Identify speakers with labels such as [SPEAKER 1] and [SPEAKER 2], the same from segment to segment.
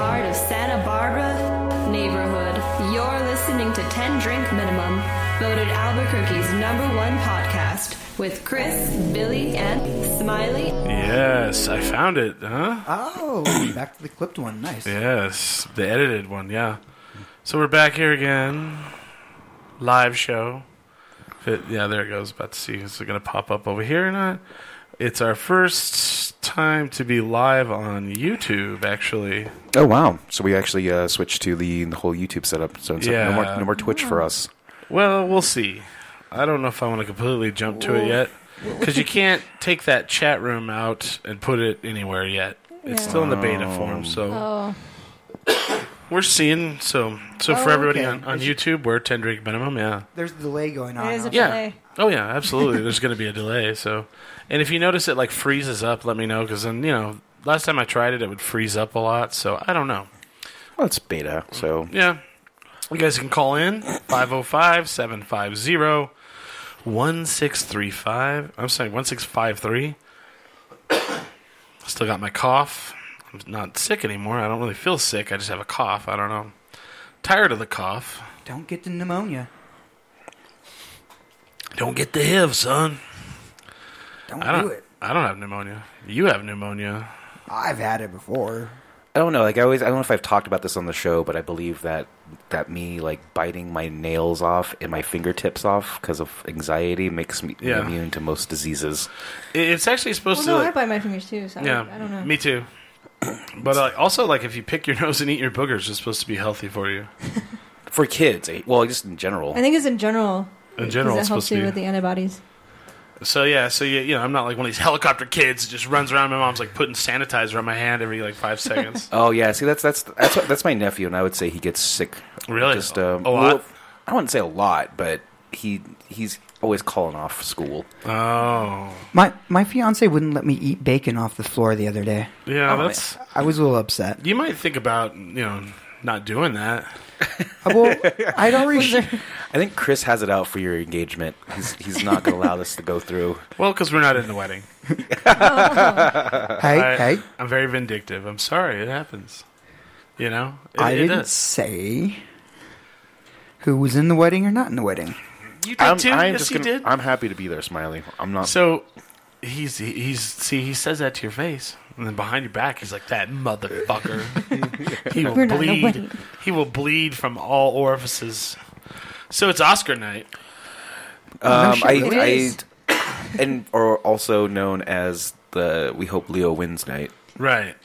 [SPEAKER 1] Santa Barbara neighborhood. You're listening to 10 Drink Minimum, voted Albuquerque's number one podcast with Chris, Billy, and Smiley.
[SPEAKER 2] Yes, I found it, huh?
[SPEAKER 3] Oh, back to the clipped one. Nice.
[SPEAKER 2] Yes, the edited one, yeah. So we're back here again. Live show. If it- yeah, there it goes. About to see if it's going to pop up over here or not. It's our first time to be live on YouTube, actually.
[SPEAKER 4] Oh wow! So we actually uh, switched to the, the whole YouTube setup. So it's like, no
[SPEAKER 2] Yeah.
[SPEAKER 4] more no more Twitch for us.
[SPEAKER 2] Well, we'll see. I don't know if I want to completely jump to it yet because you can't take that chat room out and put it anywhere yet. It's still in the beta form, so
[SPEAKER 5] Oh,
[SPEAKER 2] we're seeing. So, so for everybody
[SPEAKER 3] okay.
[SPEAKER 2] on, on YouTube, we're ten drink minimum. Yeah,
[SPEAKER 3] There's a delay going on.
[SPEAKER 5] There is a-
[SPEAKER 2] yeah.
[SPEAKER 5] Delay.
[SPEAKER 2] Oh yeah, absolutely. There's going to be a delay. So, and if you notice it like freezes up, let me know because then you know last time I tried it, it would freeze up a lot. So I don't know.
[SPEAKER 4] Well, it's beta, so
[SPEAKER 2] Yeah. You guys can call in 505 750 1635. I'm sorry, 1653. Still got my cough. I'm not sick anymore. I don't really feel sick. I just have a cough. I don't know. Tired of the cough.
[SPEAKER 3] Don't get the pneumonia.
[SPEAKER 2] Don't get the HIV, son.
[SPEAKER 3] Don't,
[SPEAKER 2] I don't,
[SPEAKER 3] do it.
[SPEAKER 2] I don't have pneumonia. You have pneumonia.
[SPEAKER 3] I've had it before.
[SPEAKER 4] I don't know. Like I always, I don't know if I've talked about this on the show, but I believe that that me like biting my nails off and my fingertips off because of anxiety makes me
[SPEAKER 2] Yeah.
[SPEAKER 4] immune to most diseases.
[SPEAKER 2] I- It's actually supposed
[SPEAKER 5] well, no,
[SPEAKER 2] to.
[SPEAKER 5] I bite my fingers too. So
[SPEAKER 2] yeah,
[SPEAKER 5] I, I don't know.
[SPEAKER 2] me too. But like, also, like if you pick your nose and eat your boogers, it's supposed to be healthy for you.
[SPEAKER 4] For kids, eh, well, just in general.
[SPEAKER 5] I think it's in general.
[SPEAKER 2] In general,
[SPEAKER 5] it
[SPEAKER 2] it's supposed
[SPEAKER 5] helps
[SPEAKER 2] to
[SPEAKER 5] you
[SPEAKER 2] be
[SPEAKER 5] with the antibodies.
[SPEAKER 2] So yeah, so you, you know, I'm not like one of these helicopter kids that just runs around. My mom's like putting sanitizer on my hand every like five seconds.
[SPEAKER 4] Oh yeah, see that's that's that's what, that's my nephew, and I would say he gets sick.
[SPEAKER 2] Really?
[SPEAKER 4] Just um,
[SPEAKER 2] A lot?
[SPEAKER 4] I wouldn't say a lot, but he he's always calling off for school.
[SPEAKER 2] oh,
[SPEAKER 3] My my fiance wouldn't let me eat bacon off the floor the other day.
[SPEAKER 2] yeah,
[SPEAKER 4] Oh,
[SPEAKER 2] that's.
[SPEAKER 3] I was a little upset.
[SPEAKER 2] You might think about you know not doing that.
[SPEAKER 3] Uh, well, I'd already
[SPEAKER 4] I think Chris has it out for your engagement. He's he's not going to allow this to go through.
[SPEAKER 2] Well, because we're not in the wedding.
[SPEAKER 3] hey
[SPEAKER 2] I,
[SPEAKER 3] hey.
[SPEAKER 2] I'm very vindictive. I'm sorry, it happens. You know, it,
[SPEAKER 3] I
[SPEAKER 2] it
[SPEAKER 3] didn't
[SPEAKER 2] does.
[SPEAKER 3] say who was in the wedding or not in the wedding.
[SPEAKER 2] You did
[SPEAKER 4] I'm,
[SPEAKER 2] too.
[SPEAKER 4] I'm
[SPEAKER 2] yes,
[SPEAKER 4] just
[SPEAKER 2] you
[SPEAKER 4] gonna-
[SPEAKER 2] did.
[SPEAKER 4] I'm happy to be there, Smiley. I'm not.
[SPEAKER 2] so he's he's see he says that to your face, and then behind your back he's like that motherfucker. he will
[SPEAKER 5] We're not in a
[SPEAKER 2] bleed.
[SPEAKER 5] wedding.
[SPEAKER 2] He will bleed from all orifices. So it's Oscar night.
[SPEAKER 4] um,
[SPEAKER 3] shit,
[SPEAKER 4] I,
[SPEAKER 3] it
[SPEAKER 4] I,
[SPEAKER 5] is.
[SPEAKER 4] and or also known as the we hope Leo wins night.
[SPEAKER 2] Right.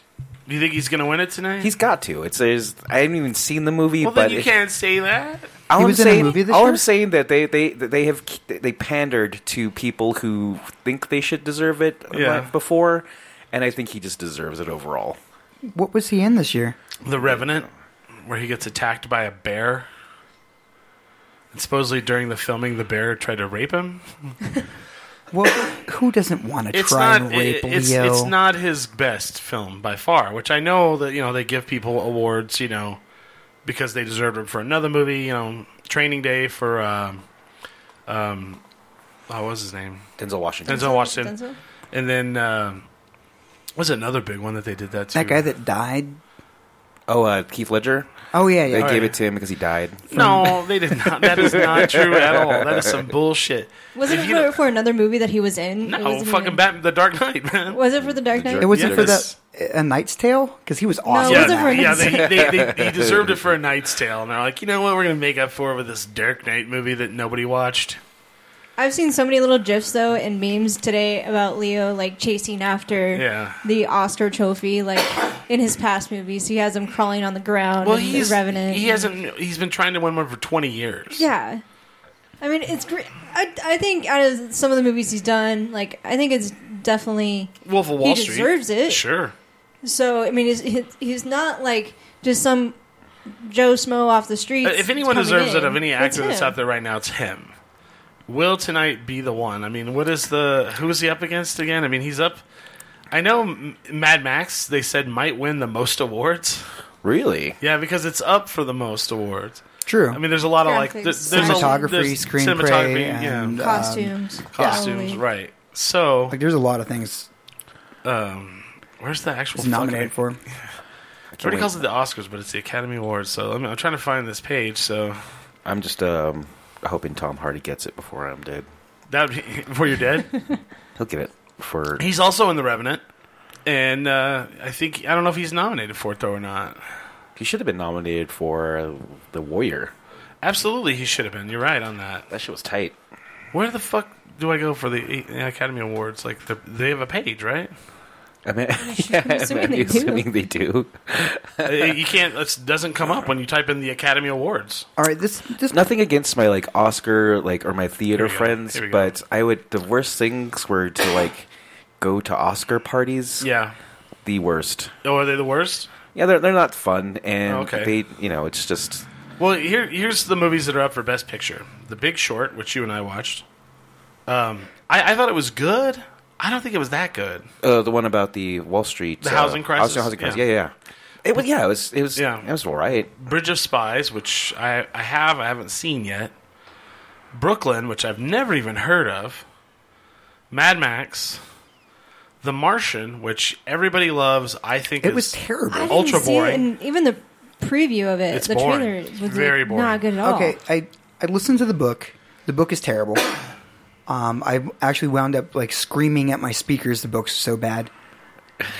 [SPEAKER 2] Do you think he's going to win it tonight?
[SPEAKER 4] He's got to. It's there's, I haven't even seen the movie,
[SPEAKER 2] well,
[SPEAKER 4] but
[SPEAKER 2] then you
[SPEAKER 4] it-
[SPEAKER 2] can't say that.
[SPEAKER 4] all
[SPEAKER 3] He
[SPEAKER 4] I'm
[SPEAKER 3] was in a
[SPEAKER 4] saying,
[SPEAKER 3] movie this
[SPEAKER 4] all
[SPEAKER 3] year?
[SPEAKER 4] I'm saying that they they that they have they pandered to people who think they should deserve it
[SPEAKER 2] Yeah.
[SPEAKER 4] like before, and I think he just deserves it overall.
[SPEAKER 3] What was he in this year?
[SPEAKER 2] The Revenant, where he gets attacked by a bear. And supposedly during the filming, the bear tried to rape him.
[SPEAKER 3] Well, who doesn't want to
[SPEAKER 2] It's
[SPEAKER 3] try
[SPEAKER 2] not.
[SPEAKER 3] and rape
[SPEAKER 2] it- it's,
[SPEAKER 3] Leo?
[SPEAKER 2] it's not his best film by far. Which I know that you know they give people awards, you know, because they deserved it for another movie. You know, Training Day for um, um, oh, what was his name?
[SPEAKER 4] Denzel Washington.
[SPEAKER 2] Denzel Washington.
[SPEAKER 5] Denzel?
[SPEAKER 2] And then um, was another big one that they did that to?
[SPEAKER 3] that guy that died.
[SPEAKER 4] Oh, uh, Keith Ledger.
[SPEAKER 3] Oh yeah,
[SPEAKER 4] They
[SPEAKER 3] yeah.
[SPEAKER 4] gave
[SPEAKER 2] yeah.
[SPEAKER 4] it to him because he died.
[SPEAKER 2] No, they did not. That is not true at all. That is some bullshit.
[SPEAKER 5] Wasn't
[SPEAKER 2] If
[SPEAKER 5] it
[SPEAKER 2] you
[SPEAKER 5] for,
[SPEAKER 2] don't-
[SPEAKER 5] for another movie that he was in? It
[SPEAKER 2] no
[SPEAKER 5] wasn't
[SPEAKER 2] fucking
[SPEAKER 5] even-
[SPEAKER 2] Batman, The Dark Knight, man?
[SPEAKER 5] Was it for The Dark
[SPEAKER 4] The
[SPEAKER 5] Knight?
[SPEAKER 3] It wasn't
[SPEAKER 2] Yes.
[SPEAKER 3] for the a Knight's Tale because he was awesome.
[SPEAKER 5] it
[SPEAKER 2] Yeah,
[SPEAKER 5] was it for
[SPEAKER 2] yeah
[SPEAKER 5] Knight's
[SPEAKER 2] they, they, they, they deserved it for A Knight's Tale. And they're like, you know what? We're going to make up for it with this Dark Knight movie that nobody watched.
[SPEAKER 5] I've seen so many little gifs though and memes today about Leo like chasing after
[SPEAKER 2] Yeah.
[SPEAKER 5] the Oscar trophy, like in his past movies. He has him crawling on the ground.
[SPEAKER 2] Well,
[SPEAKER 5] and
[SPEAKER 2] he's,
[SPEAKER 5] the Revenant.
[SPEAKER 2] he hasn't, he's been trying to win one for 20 years.
[SPEAKER 5] Yeah, I mean it's great. I, I think out of some of the movies he's done, like I think it's definitely
[SPEAKER 2] Wolf of Wall
[SPEAKER 5] he
[SPEAKER 2] Street.
[SPEAKER 5] deserves it.
[SPEAKER 2] Sure.
[SPEAKER 5] So I mean, he's he's- he's not like just some Joe Smo off the street.
[SPEAKER 2] Uh, If anyone deserves it of any actor that's out there right now, it's him. Will tonight be the one? I mean, what is the who is he up against again? I mean, he's up. I know M- Mad Max. They said might win the most awards.
[SPEAKER 4] Really?
[SPEAKER 2] Yeah, because it's up for the most awards.
[SPEAKER 3] True.
[SPEAKER 2] I mean, there's a lot of like
[SPEAKER 5] Graphics.
[SPEAKER 2] there- there's a-
[SPEAKER 3] cinematography,
[SPEAKER 2] there's
[SPEAKER 3] screenplay,
[SPEAKER 2] cinematography,
[SPEAKER 3] and
[SPEAKER 2] yeah,
[SPEAKER 3] um,
[SPEAKER 5] costumes,
[SPEAKER 2] costumes,
[SPEAKER 5] probably.
[SPEAKER 2] right? So,
[SPEAKER 3] like there's a lot of things
[SPEAKER 2] um, where's the actual
[SPEAKER 3] he's nominated
[SPEAKER 2] fucking-
[SPEAKER 3] for.
[SPEAKER 4] can't
[SPEAKER 2] Everybody
[SPEAKER 4] wait.
[SPEAKER 2] calls it the Oscars, but it's the Academy Awards. So I'm, I'm trying to find this page. So
[SPEAKER 4] I'm just um, hoping Tom Hardy gets it before I'm dead.
[SPEAKER 2] that would be before you're dead.
[SPEAKER 4] He'll get it for.
[SPEAKER 2] he's also in The Revenant, and uh, I think I don't know if he's nominated for it though or not.
[SPEAKER 4] He should have been nominated for uh, the Warrior.
[SPEAKER 2] Absolutely, he should have been. You're right on that.
[SPEAKER 4] That shit was tight.
[SPEAKER 2] Where the fuck do I go for the A- Academy Awards? Like the, they have a page, right?
[SPEAKER 4] I mean,
[SPEAKER 5] I'm assuming
[SPEAKER 4] I'm
[SPEAKER 5] they do.
[SPEAKER 4] assuming they do.
[SPEAKER 2] Uh, you can't. It doesn't come up when you type in the Academy Awards.
[SPEAKER 3] All right, this this
[SPEAKER 4] Nothing against my like Oscar like or my
[SPEAKER 2] Here
[SPEAKER 4] theater
[SPEAKER 2] we go.
[SPEAKER 4] friends,
[SPEAKER 2] Here we go.
[SPEAKER 4] but I would the worst things were to like go to Oscar parties.
[SPEAKER 2] Yeah.
[SPEAKER 4] the worst.
[SPEAKER 2] Oh, are they the worst?
[SPEAKER 4] Yeah, they're they're not fun, and
[SPEAKER 2] Oh, Okay.
[SPEAKER 4] they you know it's just
[SPEAKER 2] Well, here here's the movies that are up for Best Picture: The Big Short, which you and I watched. Um, I, I thought it was good. I don't think it was that good.
[SPEAKER 4] uh, the one about the Wall Street,
[SPEAKER 2] The
[SPEAKER 4] uh,
[SPEAKER 2] housing crisis?
[SPEAKER 4] Austin housing crisis.
[SPEAKER 2] Yeah.
[SPEAKER 4] Yeah. yeah, yeah. It was yeah, it was it was
[SPEAKER 2] Yeah.
[SPEAKER 4] yeah, it was all right.
[SPEAKER 2] Bridge of Spies, which I I have I haven't seen yet. Brooklyn, which I've never even heard of. Mad Max. The Martian, which everybody loves, I think
[SPEAKER 3] it
[SPEAKER 2] is-
[SPEAKER 3] was terrible.
[SPEAKER 5] I didn't
[SPEAKER 2] Ultra
[SPEAKER 5] see it,
[SPEAKER 2] boring.
[SPEAKER 5] and even the preview of it,
[SPEAKER 2] It's
[SPEAKER 5] the
[SPEAKER 2] boring.
[SPEAKER 5] trailer
[SPEAKER 2] It's
[SPEAKER 5] was
[SPEAKER 2] very
[SPEAKER 5] like,
[SPEAKER 2] boring.
[SPEAKER 5] Not good at all.
[SPEAKER 3] Okay, I I listened to the book. The book is terrible. Um, I actually wound up like screaming at my speakers. The book's so bad.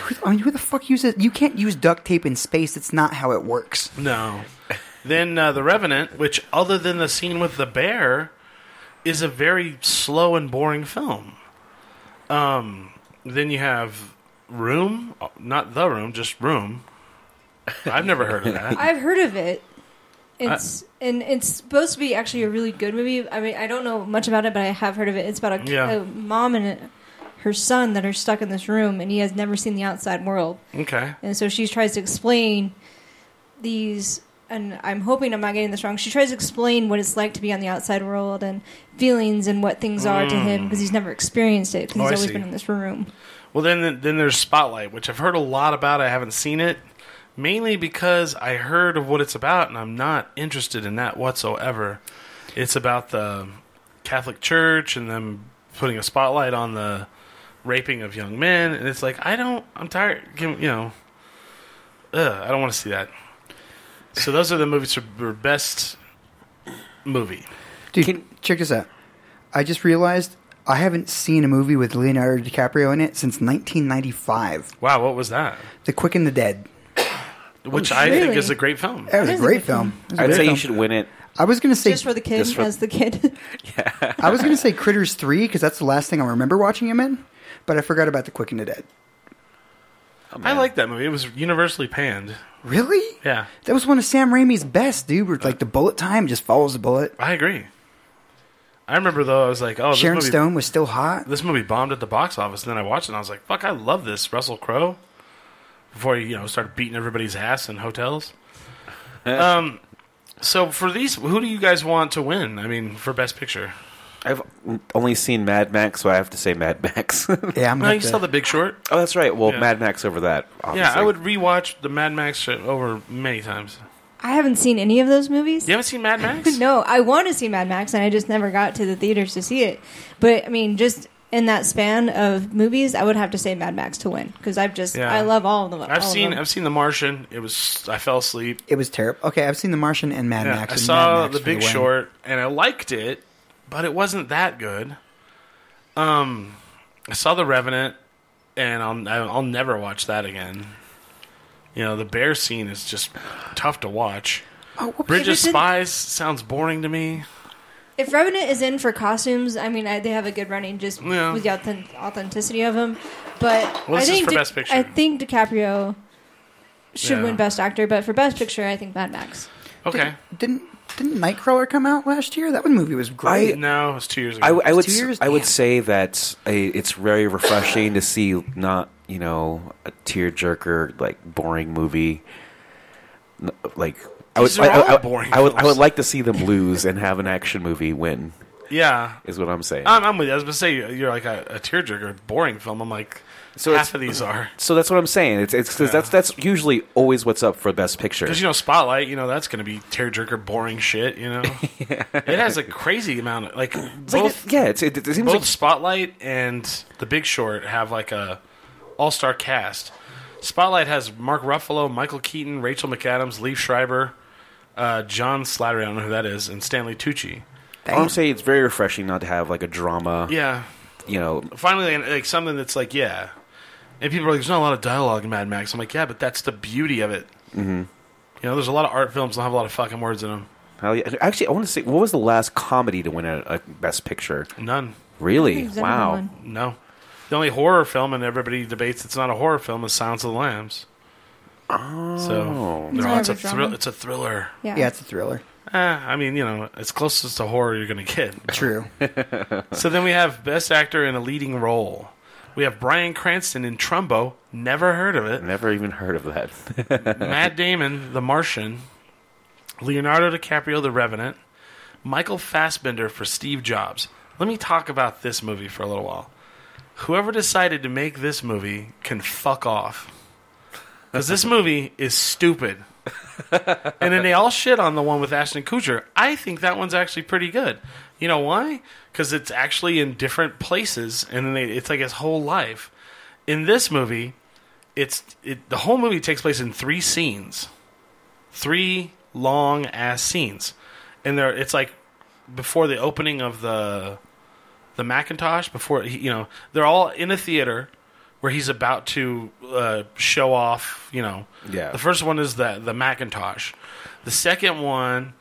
[SPEAKER 3] Who- I mean, who the fuck uses? You can't use duct tape in space. It's not how it works.
[SPEAKER 2] No. then uh, The Revenant, which, other than the scene with the bear, is a very slow and boring film. Um, then you have Room, uh, not The Room, just Room. I've never heard of that.
[SPEAKER 5] I've heard of it. It's and it's supposed to be actually a really good movie. I mean, I don't know much about it, but I have heard of it. It's about a,
[SPEAKER 2] Yeah.
[SPEAKER 5] a mom and a, her son that are stuck in this room, and he has never seen the outside world,
[SPEAKER 2] Okay.
[SPEAKER 5] and so she tries to explain these. And I'm hoping I'm not getting this wrong. She tries to explain what it's like to be on the outside world and feelings and what things are to him because he's never experienced it. 'cause
[SPEAKER 2] Mm. Oh, I
[SPEAKER 5] he's always
[SPEAKER 2] see.
[SPEAKER 5] been in this room.
[SPEAKER 2] Well, then then there's Spotlight, which I've heard a lot about. I haven't seen it, mainly because I heard of what it's about, and I'm not interested in that whatsoever. It's about the Catholic Church and them putting a spotlight on the raping of young men, and it's like I don't. I'm tired. give- You know, ugh, I don't want to see that. So those are the movies for for best movie.
[SPEAKER 3] Dude, check this out. I just realized I haven't seen a movie with Leonardo DiCaprio in it since 1995.
[SPEAKER 2] Wow, what was that?
[SPEAKER 3] The Quick and the Dead.
[SPEAKER 2] Which I think
[SPEAKER 5] really?
[SPEAKER 2] is a great film.
[SPEAKER 3] That was a
[SPEAKER 5] is a
[SPEAKER 3] great
[SPEAKER 5] good
[SPEAKER 3] film. It was a
[SPEAKER 4] I'd
[SPEAKER 3] great
[SPEAKER 4] say you
[SPEAKER 3] film.
[SPEAKER 4] should win it.
[SPEAKER 3] I was gonna say
[SPEAKER 5] Just for the kid,
[SPEAKER 4] Just for-
[SPEAKER 5] as the kid.
[SPEAKER 3] I was gonna say Critters Three because that's the last thing I remember watching him in, but I forgot about The Quick and the Dead.
[SPEAKER 2] I like that movie. It was universally panned.
[SPEAKER 3] Really?
[SPEAKER 2] Yeah.
[SPEAKER 3] That was one of Sam Raimi's best, dude. Where like the bullet time just follows the bullet.
[SPEAKER 2] I agree. I remember though, I was like, "Oh, this
[SPEAKER 3] Sharon
[SPEAKER 2] movie,
[SPEAKER 3] Stone was still hot.
[SPEAKER 2] This movie bombed at the box office." And then I watched it, and I was like, "Fuck, I love this Russell Crowe." Before he, you know, started beating everybody's ass in hotels. um, so for these, who do you guys want to win? I mean, for Best Picture.
[SPEAKER 4] I've only seen Mad Max, so I have to say Mad Max. oh,
[SPEAKER 3] Yeah, I'm
[SPEAKER 2] No,
[SPEAKER 3] gonna
[SPEAKER 2] Uh, you
[SPEAKER 3] have to-
[SPEAKER 2] saw The Big Short.
[SPEAKER 4] that's right. Well,
[SPEAKER 2] Yeah.
[SPEAKER 4] Mad Max over that. Obviously.
[SPEAKER 2] Yeah, I would rewatch the Mad Max shit over many times.
[SPEAKER 5] I haven't seen any of those movies.
[SPEAKER 2] You haven't seen Mad Max?
[SPEAKER 5] No, I want to see Mad Max, and I just never got to the theaters to see it. But I mean, just in that span of movies, I would have to say Mad Max to win because I've just
[SPEAKER 2] Yeah.
[SPEAKER 5] I love all of them. all
[SPEAKER 2] I've
[SPEAKER 3] Oh,
[SPEAKER 5] of
[SPEAKER 2] seen
[SPEAKER 5] them.
[SPEAKER 2] I've seen The Martian. It was I fell asleep.
[SPEAKER 3] It was terrible. Okay, I've seen The Martian and Mad
[SPEAKER 2] Yeah,
[SPEAKER 3] Max.
[SPEAKER 2] I
[SPEAKER 3] and
[SPEAKER 2] saw
[SPEAKER 3] Mad Max
[SPEAKER 2] The
[SPEAKER 3] for
[SPEAKER 2] Big
[SPEAKER 3] win.
[SPEAKER 2] Short, and I liked it, but it wasn't that good. Um, I saw The Revenant, and I'll I'll I'll never watch that again. You know, the bear scene is just tough to watch.
[SPEAKER 3] Oh, what
[SPEAKER 2] Bridge of
[SPEAKER 5] Revenant-
[SPEAKER 2] Spies sounds boring to me.
[SPEAKER 5] If Revenant is in for costumes, I mean, I, they have a good running just
[SPEAKER 2] Yeah.
[SPEAKER 5] with the authen- authenticity of them. But
[SPEAKER 2] Well,
[SPEAKER 5] I
[SPEAKER 2] this is
[SPEAKER 5] think
[SPEAKER 2] for Best Picture.
[SPEAKER 5] I think DiCaprio should
[SPEAKER 2] Yeah.
[SPEAKER 5] win Best Actor, but for Best Picture, I think Mad Max.
[SPEAKER 2] Okay,
[SPEAKER 3] Didn't didn't Nightcrawler come out last year? That one movie was great.
[SPEAKER 2] no, it was two years ago.
[SPEAKER 4] I, w- I would.
[SPEAKER 3] Two
[SPEAKER 4] s-
[SPEAKER 3] years?
[SPEAKER 4] I would
[SPEAKER 3] Damn.
[SPEAKER 4] say that a, it's very refreshing to see not you know a tearjerker like boring movie. N- Like I would.
[SPEAKER 2] These
[SPEAKER 4] I,
[SPEAKER 2] are all
[SPEAKER 4] I- I-
[SPEAKER 2] boring
[SPEAKER 4] I would. I
[SPEAKER 2] films.
[SPEAKER 4] would like to see them lose and have an action movie win.
[SPEAKER 2] yeah.
[SPEAKER 4] Is what I'm saying.
[SPEAKER 2] I'm, I'm with you. I was gonna say you're like a, a tearjerker, boring film. I'm like,
[SPEAKER 4] So
[SPEAKER 2] half
[SPEAKER 4] it's-
[SPEAKER 2] of these are
[SPEAKER 4] so that's what I'm saying. It's it's 'cause that's that's usually always what's up for best picture.
[SPEAKER 2] because you know Spotlight. You know that's gonna be tearjerker, boring shit. You know, it has a crazy amount of like
[SPEAKER 4] It's like
[SPEAKER 2] both.
[SPEAKER 4] a- yeah, it's, it, it seems
[SPEAKER 2] both
[SPEAKER 4] like
[SPEAKER 2] Spotlight and The Big Short have like a all star cast. Spotlight has Mark Ruffalo, Michael Keaton, Rachel McAdams, Lee Schreiber, uh, John Slattery, I don't know who that is, and Stanley Tucci.
[SPEAKER 4] All I'm saying, it's very refreshing not to have like a drama.
[SPEAKER 2] Yeah,
[SPEAKER 4] You know,
[SPEAKER 2] finally like something that's like yeah and people are like there's not a lot of dialogue in mad max i'm like yeah but that's the beauty of it mm-hmm. you know there's a lot of art films that have a lot of fucking words in them
[SPEAKER 4] how, actually, I want to say, what was the last comedy to win a, a Best Picture?
[SPEAKER 2] none
[SPEAKER 4] Really?
[SPEAKER 5] There's another
[SPEAKER 4] Wow.
[SPEAKER 5] one.
[SPEAKER 2] no the only horror film and everybody debates it's not a horror film is silence of the lambs oh so
[SPEAKER 5] It's
[SPEAKER 2] they're all,
[SPEAKER 5] more
[SPEAKER 2] it's, a
[SPEAKER 5] of a
[SPEAKER 2] thrill,
[SPEAKER 5] drama.
[SPEAKER 2] it's a thriller
[SPEAKER 5] Yeah.
[SPEAKER 3] Yeah, it's a thriller.
[SPEAKER 2] eh, i mean you know as close as to horror you're gonna get
[SPEAKER 3] True.
[SPEAKER 2] so then we have best actor in a leading role we have brian cranston in trumbo never heard of it
[SPEAKER 4] Never even heard of that.
[SPEAKER 2] Matt Damon, The Martian, Leonardo DiCaprio, The Revenant, Michael Fassbender for Steve Jobs. Let me talk about this movie for a little while. Whoever decided to make this movie can fuck off. Because this movie is stupid. and then they all shit on the one with Ashton Kutcher. I think that one's actually pretty good. You know why? Because it's actually in different places, and then they, it's like his whole life. In this movie, it's it, the whole movie takes place in three scenes, three long ass scenes, and there it's like before the opening of the the Macintosh. Before he- you know, they're all in a theater where he's about to uh, show off. You know,
[SPEAKER 4] Yeah.
[SPEAKER 2] The first one is the the Macintosh. The second one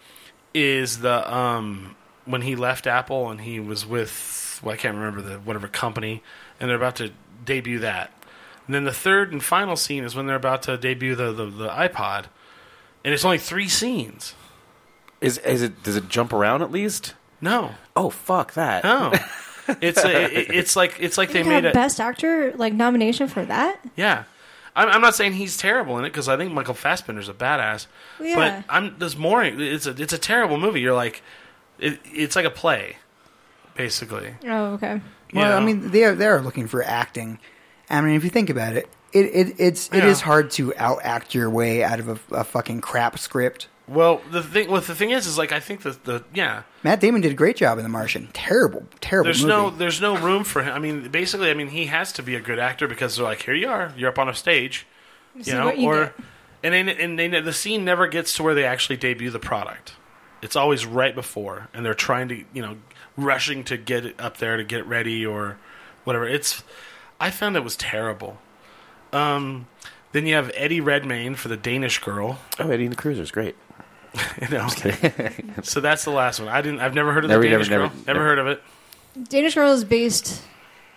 [SPEAKER 2] is the um when he left Apple and he was with well, I can't remember the whatever company, and they're about to debut that. And then the third and final scene is when they're about to debut the the, the iPod, and it's only three scenes.
[SPEAKER 4] Is is it? Does it jump around at least?
[SPEAKER 2] No,
[SPEAKER 4] Oh fuck that!
[SPEAKER 2] no, it's a, it- it's like it's like they
[SPEAKER 5] They
[SPEAKER 2] made
[SPEAKER 5] got a
[SPEAKER 2] a
[SPEAKER 5] best actor like nomination for that.
[SPEAKER 2] yeah. I'm, I'm not saying he's terrible in it because I think Michael Fassbender's a badass.
[SPEAKER 5] Yeah.
[SPEAKER 2] But I'm there's more. It's a it's a terrible movie. You're like, it, it's like a play, basically.
[SPEAKER 5] Oh, okay.
[SPEAKER 2] you
[SPEAKER 3] Well, I
[SPEAKER 2] know?
[SPEAKER 3] mean, they are, they are looking for acting. I mean, if you think about it, it, it it's it is
[SPEAKER 2] Yeah.
[SPEAKER 3] hard to out act your way out of a, a fucking crap script.
[SPEAKER 2] Well, the thing, well, the thing is, is like I think that the yeah,
[SPEAKER 3] Matt Damon did a great job in The Martian. Terrible, terrible
[SPEAKER 2] there's
[SPEAKER 3] movie.
[SPEAKER 2] no,
[SPEAKER 3] Oh,
[SPEAKER 2] there's no room for him. I mean, basically, I mean, he has to be a good actor because they're like, here you are, you're up on a stage, you
[SPEAKER 5] see
[SPEAKER 2] know,
[SPEAKER 5] what you
[SPEAKER 2] or
[SPEAKER 5] get.
[SPEAKER 2] and then, and they, the scene never gets to where they actually debut the product. It's always right before, and they're trying to, you know, rushing to get it up there to get ready or whatever. It's, I found it was terrible. Um, then you have Eddie Redmayne for the Danish Girl.
[SPEAKER 4] Oh, Eddie and the Cruiser's great.
[SPEAKER 2] You know? so that's the last one. I didn't. I've never heard of
[SPEAKER 4] Never-
[SPEAKER 2] the Danish
[SPEAKER 4] never-
[SPEAKER 2] Girl.
[SPEAKER 4] never-
[SPEAKER 2] Never,
[SPEAKER 4] never.
[SPEAKER 2] heard of it.
[SPEAKER 5] Danish Girl is based.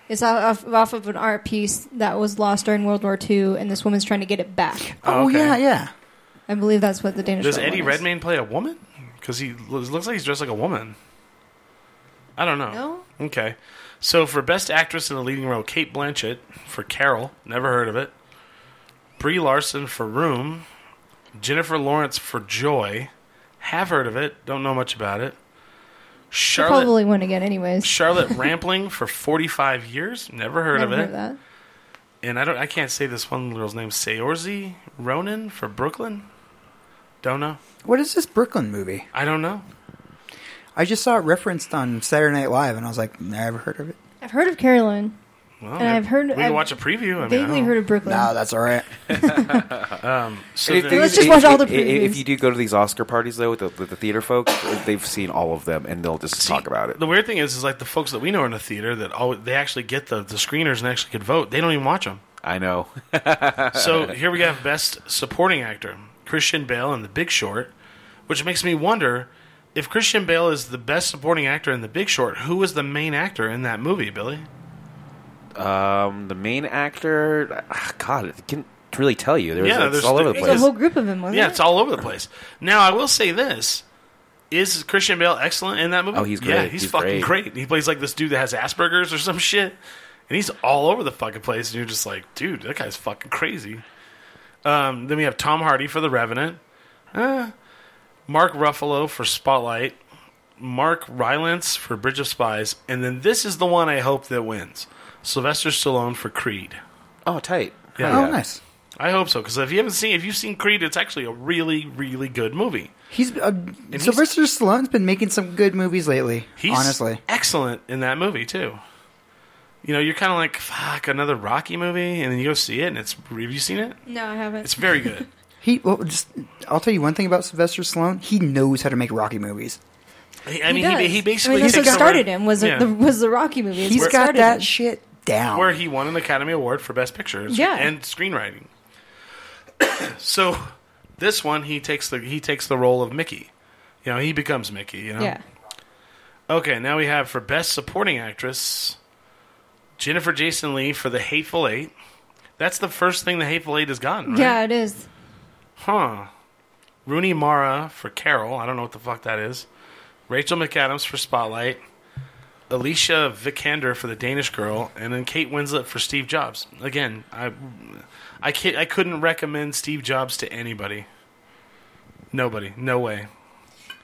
[SPEAKER 5] It's off, off- off of an art piece that was lost during World War II, and this woman's trying to get it back.
[SPEAKER 3] Oh
[SPEAKER 2] Okay.
[SPEAKER 3] yeah, yeah.
[SPEAKER 5] I believe that's what the Danish.
[SPEAKER 2] Does
[SPEAKER 5] Girl
[SPEAKER 2] Eddie
[SPEAKER 5] one is.
[SPEAKER 2] Redmayne play a woman? Because he lo- looks like he's dressed like a woman. I don't know.
[SPEAKER 5] No.
[SPEAKER 2] Okay. So for best actress in a leading role, Kate Blanchett for Carol. Never heard of it. Brie Larson for Room. Jennifer Lawrence for Joy. Have heard of it. Don't know much about it.
[SPEAKER 5] She'll
[SPEAKER 2] Charlotte
[SPEAKER 5] probably win again, anyways.
[SPEAKER 2] Charlotte Rampling for 45 years. Never heard
[SPEAKER 5] Never
[SPEAKER 2] of it.
[SPEAKER 5] heard of that.
[SPEAKER 2] and I don't I can't say this one girl's name Sayorzi Ronan for Brooklyn. Don't know.
[SPEAKER 3] What is this Brooklyn movie?
[SPEAKER 2] I don't know.
[SPEAKER 3] I just saw it referenced on Saturday Night Live, and I was like, never heard of it.
[SPEAKER 5] I've heard of Caroline.
[SPEAKER 2] Well,
[SPEAKER 5] And I've heard-
[SPEAKER 2] we can
[SPEAKER 5] I've
[SPEAKER 2] watch a preview. I mean, I
[SPEAKER 5] Vaguely
[SPEAKER 2] don't-
[SPEAKER 5] heard of Brooklyn.
[SPEAKER 3] No, that's all right.
[SPEAKER 2] So
[SPEAKER 4] And if
[SPEAKER 2] then-
[SPEAKER 4] they-
[SPEAKER 5] Let's just watch all the previews.
[SPEAKER 4] If you do go to these Oscar parties though, with the, with the theater folks, they've seen all of them and they'll just talk about it.
[SPEAKER 2] The weird thing is, is like the folks that we know in the theater that always, they actually get the, the screeners and actually could vote. They don't even watch them.
[SPEAKER 4] I know.
[SPEAKER 2] so here we have best supporting actor Christian Bale in The Big Short, which makes me wonder if Christian Bale is the best supporting actor in The Big Short. Who was the main actor in that movie, Billy?
[SPEAKER 4] Um, the main actor, ah, God, it can not really tell you. There was,
[SPEAKER 2] Yeah,
[SPEAKER 4] it's
[SPEAKER 2] there's
[SPEAKER 4] all over
[SPEAKER 2] the-
[SPEAKER 4] the
[SPEAKER 5] There's
[SPEAKER 4] place.
[SPEAKER 5] a whole group of them,
[SPEAKER 4] Oh,
[SPEAKER 5] wasn't
[SPEAKER 2] Yeah,
[SPEAKER 5] it?
[SPEAKER 2] it's all over the place. Now, I will say this: Is Christian Bale excellent in that movie?
[SPEAKER 4] Oh, he's
[SPEAKER 2] Yeah,
[SPEAKER 4] great.
[SPEAKER 2] he's,
[SPEAKER 4] He's
[SPEAKER 2] fucking great.
[SPEAKER 4] great.
[SPEAKER 2] He plays like this dude that has Asperger's or some shit, and he's all over the fucking place. And you're just like, dude, that guy's fucking crazy. Um, then we have Tom Hardy for The Revenant, Eh. Mark Ruffalo for Spotlight, Mark Rylance for Bridge of Spies, and then this is the one I hope that wins: Sylvester Stallone for Creed.
[SPEAKER 4] oh, tight.
[SPEAKER 2] Yeah.
[SPEAKER 3] Oh, nice.
[SPEAKER 2] I hope so because if you haven't seen, if you've seen Creed, it's actually a really, really good movie.
[SPEAKER 3] He's uh, Sylvester Stallone's been making some good movies lately.
[SPEAKER 2] He's
[SPEAKER 3] honestly,
[SPEAKER 2] excellent in that movie too. you know, you're kind of like, fuck, another Rocky movie, and then you go see it, and it's. Have you seen it?
[SPEAKER 5] No, I haven't.
[SPEAKER 2] It's very good.
[SPEAKER 3] He well, just I'll tell you one thing about Sylvester Stallone. He knows how to make Rocky movies.
[SPEAKER 2] He- I mean, he, he,
[SPEAKER 5] does.
[SPEAKER 2] basically
[SPEAKER 5] I mean, that's
[SPEAKER 2] takes
[SPEAKER 5] what started
[SPEAKER 2] over-
[SPEAKER 5] him was the
[SPEAKER 2] Yeah.
[SPEAKER 5] the was the Rocky movie. It's
[SPEAKER 3] He's
[SPEAKER 5] what
[SPEAKER 3] got
[SPEAKER 5] started
[SPEAKER 3] that
[SPEAKER 5] him.
[SPEAKER 3] shit down.
[SPEAKER 2] where he won an Academy Award for Best Picture
[SPEAKER 5] Yeah.
[SPEAKER 2] and screenwriting. so this one he takes the he takes the role of Mickey. You know, he becomes Mickey, you know.
[SPEAKER 5] yeah,
[SPEAKER 2] Okay, now we have for Best Supporting Actress Jennifer Jason Lee for The Hateful Eight. That's the first thing The Hateful Eight has gotten, right?
[SPEAKER 5] yeah, it is.
[SPEAKER 2] Huh. Rooney Mara for Carol. I don't know what the fuck that is. Rachel McAdams for Spotlight. Alicia Vikander for The Danish Girl, and then Kate Winslet for Steve Jobs. Again, I, I can't, I couldn't recommend Steve Jobs to anybody. Nobody, no way.